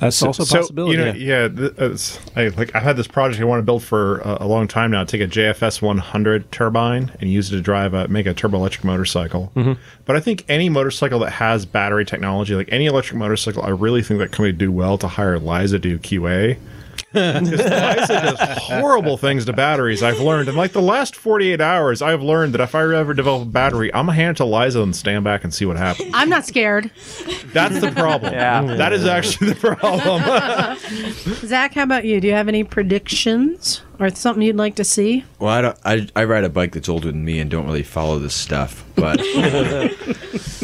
H: That's
G: So-
H: also a
G: so,
H: possibility.
G: You know, yeah, th- uh, it's, I, like I've had this project I want to build for a, a long time now. Take a JFS 100 turbine and use it to drive a make a turboelectric motorcycle.
H: Mm-hmm.
G: But I think any motorcycle that has battery technology, like any electric motorcycle, I really think that company would do well to hire Liza
H: <laughs>
G: do QA. 'Cause Liza does horrible things to batteries. I've learned, and like the last 48 hours, I've learned that if I ever develop a battery, I'm a hand it to Liza and stand back and see what happens.
B: I'm not scared.
G: That's the problem.
C: Yeah.
G: that is actually the problem.
B: Zach, how about you? Do you have any predictions or something you'd like to see?
K: Well, I, don't, I I ride a bike that's older than me and don't really follow this stuff,
M: <laughs>
K: but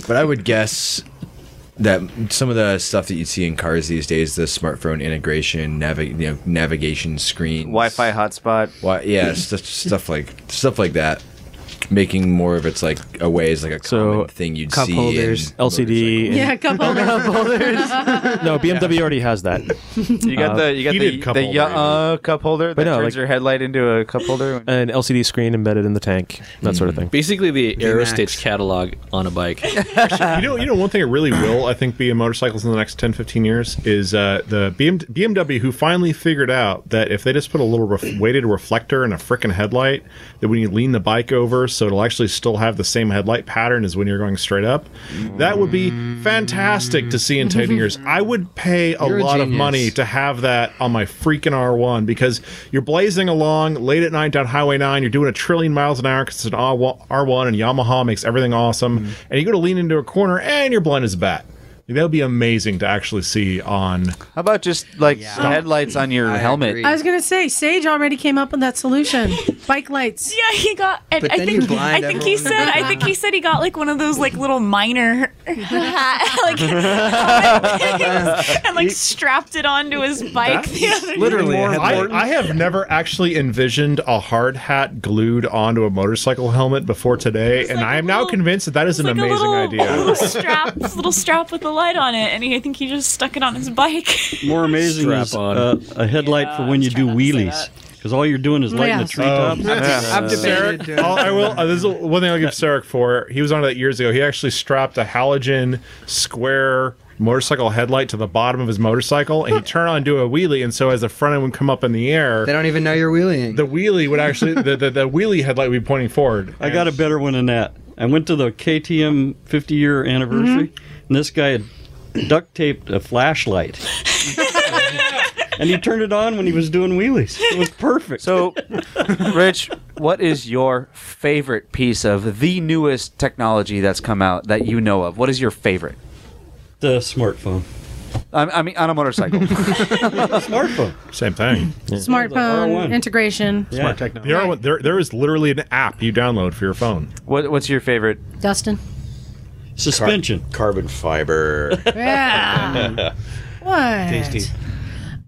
K: but I would guess that some of the stuff that you see in cars these days, the smartphone integration, navi- you know, navigation screen, Wi-Fi
C: hotspot,
K: why,
C: <laughs>
K: yeah, stuff, stuff like stuff like that, making more of it's like a way is like a common thing you'd
E: cup
K: see.
E: holders,
K: in LCD,
B: Yeah, cup <laughs> holders.
E: no, BMW already has that.
C: You got the you got the, the yeah, uh, cup holder that
E: But no,
C: turns
E: like-
C: your headlight into a cup holder.
G: <laughs>
E: an LCD screen embedded in the tank, that sort of thing.
F: <laughs> Basically, the Aerostates catalog on a bike.
G: you know, you know, one thing it really will, I think, be in motorcycles in the next 10, 15 years is uh, the BM- BMW who finally figured out that if they just put a little ref- weighted reflector and a frickin' headlight, that when you lean the bike over, so it'll actually still have the same headlight pattern as when you're going straight up, that would be fantastic to see in 10 years. I would pay a
K: You're a
G: lot of
K: genius.
G: money to have that on my freaking R1 because you're blazing along late at night down Highway 9. You're doing a trillion miles an hour because it's an R1 R1 and Yamaha makes everything awesome. And you go to lean into a corner and you're blind as a bat. Like, that would be amazing to actually see on.
C: How about just like headlights on your helmet?
B: <laughs> I
C: <laughs>
B: was going to say, Sage already came up with that solution bike lights.
D: Yeah, he got. And
B: But
D: I
B: then
D: think
B: you blind
D: I think he
B: everyone.
D: said I think he said he got like one of those like little miner hat <laughs> like
C: <laughs>
D: and like strapped it onto his bike the other day.
G: I, I have never actually envisioned a hard hat glued onto a motorcycle helmet before today, and I am now convinced that that is an amazing
D: Little
B: <laughs>
G: idea. <laughs>
D: strap, this little strap with a light on it, and he, I think he just stuck it on his bike.
O: More amazing
F: Strap
O: is
F: on.
O: uh, a headlight for when you do wheelies, because all you're doing is
G: Mm,
O: lighting
D: Yeah.
O: the
G: Oh,
O: treetops. Uh,
G: Sarek, I'll, I will. Uh, this is one thing I'll give Sarek for. He was on that years ago. He actually strapped a halogen square motorcycle headlight to the bottom of his motorcycle, and he turned on and do a wheelie. And so as the front end would come up in the air, they
J: don't even know you're wheeling.
G: The wheelie would actually the the, the wheelie headlight would be pointing forward.
O: I got a better one than that. I went to the KTM 50 year anniversary, and this guy had duct taped a flashlight. and he turned it on when he was doing wheelies. It was perfect.
C: So, Rich, what is your favorite piece of the newest technology that's come out that you know of? What is your favorite?
O: The smartphone.
C: I, I mean, on a
G: <laughs>
C: motorcycle. <laughs>
O: smartphone. <laughs>
G: Same thing.
B: <laughs> <laughs> Smartphone integration.
G: Smart technology. The R1, there, there is literally an app you download for your phone.
C: What, what's your favorite?
B: Dustin.
O: Suspension.
M: carbon fiber.
B: <laughs> Yeah. What?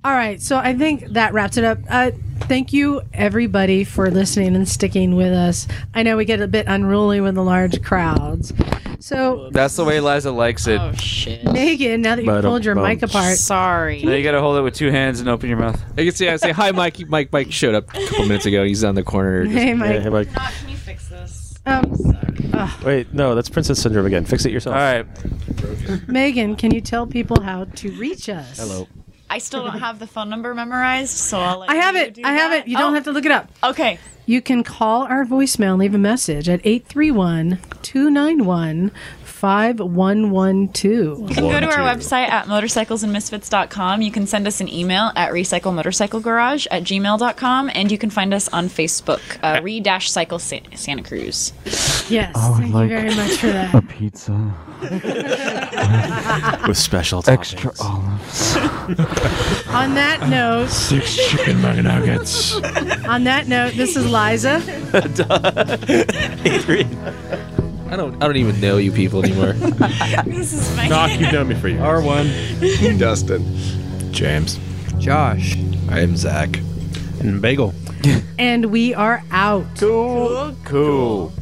B: All right, so I think that wraps it up. Uh, Thank you, everybody, for listening and sticking with us. I know we get a bit unruly with the large crowds. So,
C: That's the way Liza likes it.
B: Megan, now that you pulled your mic apart,
D: sorry.
C: Now you gotta hold it with two hands and open your mouth.
F: I can see. I say hi, Mike. Mike. Mike showed up a couple minutes ago. He's on the corner.
B: Hey, Mike.
E: hey, Mike.
B: Um, ugh.
E: Wait, no, that's Princess Syndrome again. Fix it yourself. All
C: right.
B: Megan, can you tell people how to reach us?
E: Hello.
D: I still don't have the phone number memorized, so I'll let
B: I have it. I have it. You don't have to look it up.
D: Oh. Okay.
B: You can call our voicemail and leave a message at 831 291 5112.
D: You can go to our website at motorcyclesandmisfits.com. You can send us an email at recyclemotorcyclegarage at gmail.com. And you can find us on Facebook, uh, re cycle Sa- Santa Cruz.
B: Yes.
E: I
B: thank
E: like
B: you very much for that.
E: a <laughs> pizza.
B: <laughs>
E: With special
B: Extra
E: olives.
B: <laughs> On that note,
E: Six chicken nuggets.
B: on that note, this is Liza.
F: I don't. I don't even know you people anymore.
D: this is
G: Knock, you've known me for years. <laughs>
K: R1. Dustin.
G: James.
J: Josh.
K: I am Zach.
H: And Bagel.
B: And we are out.
K: <laughs> Cool.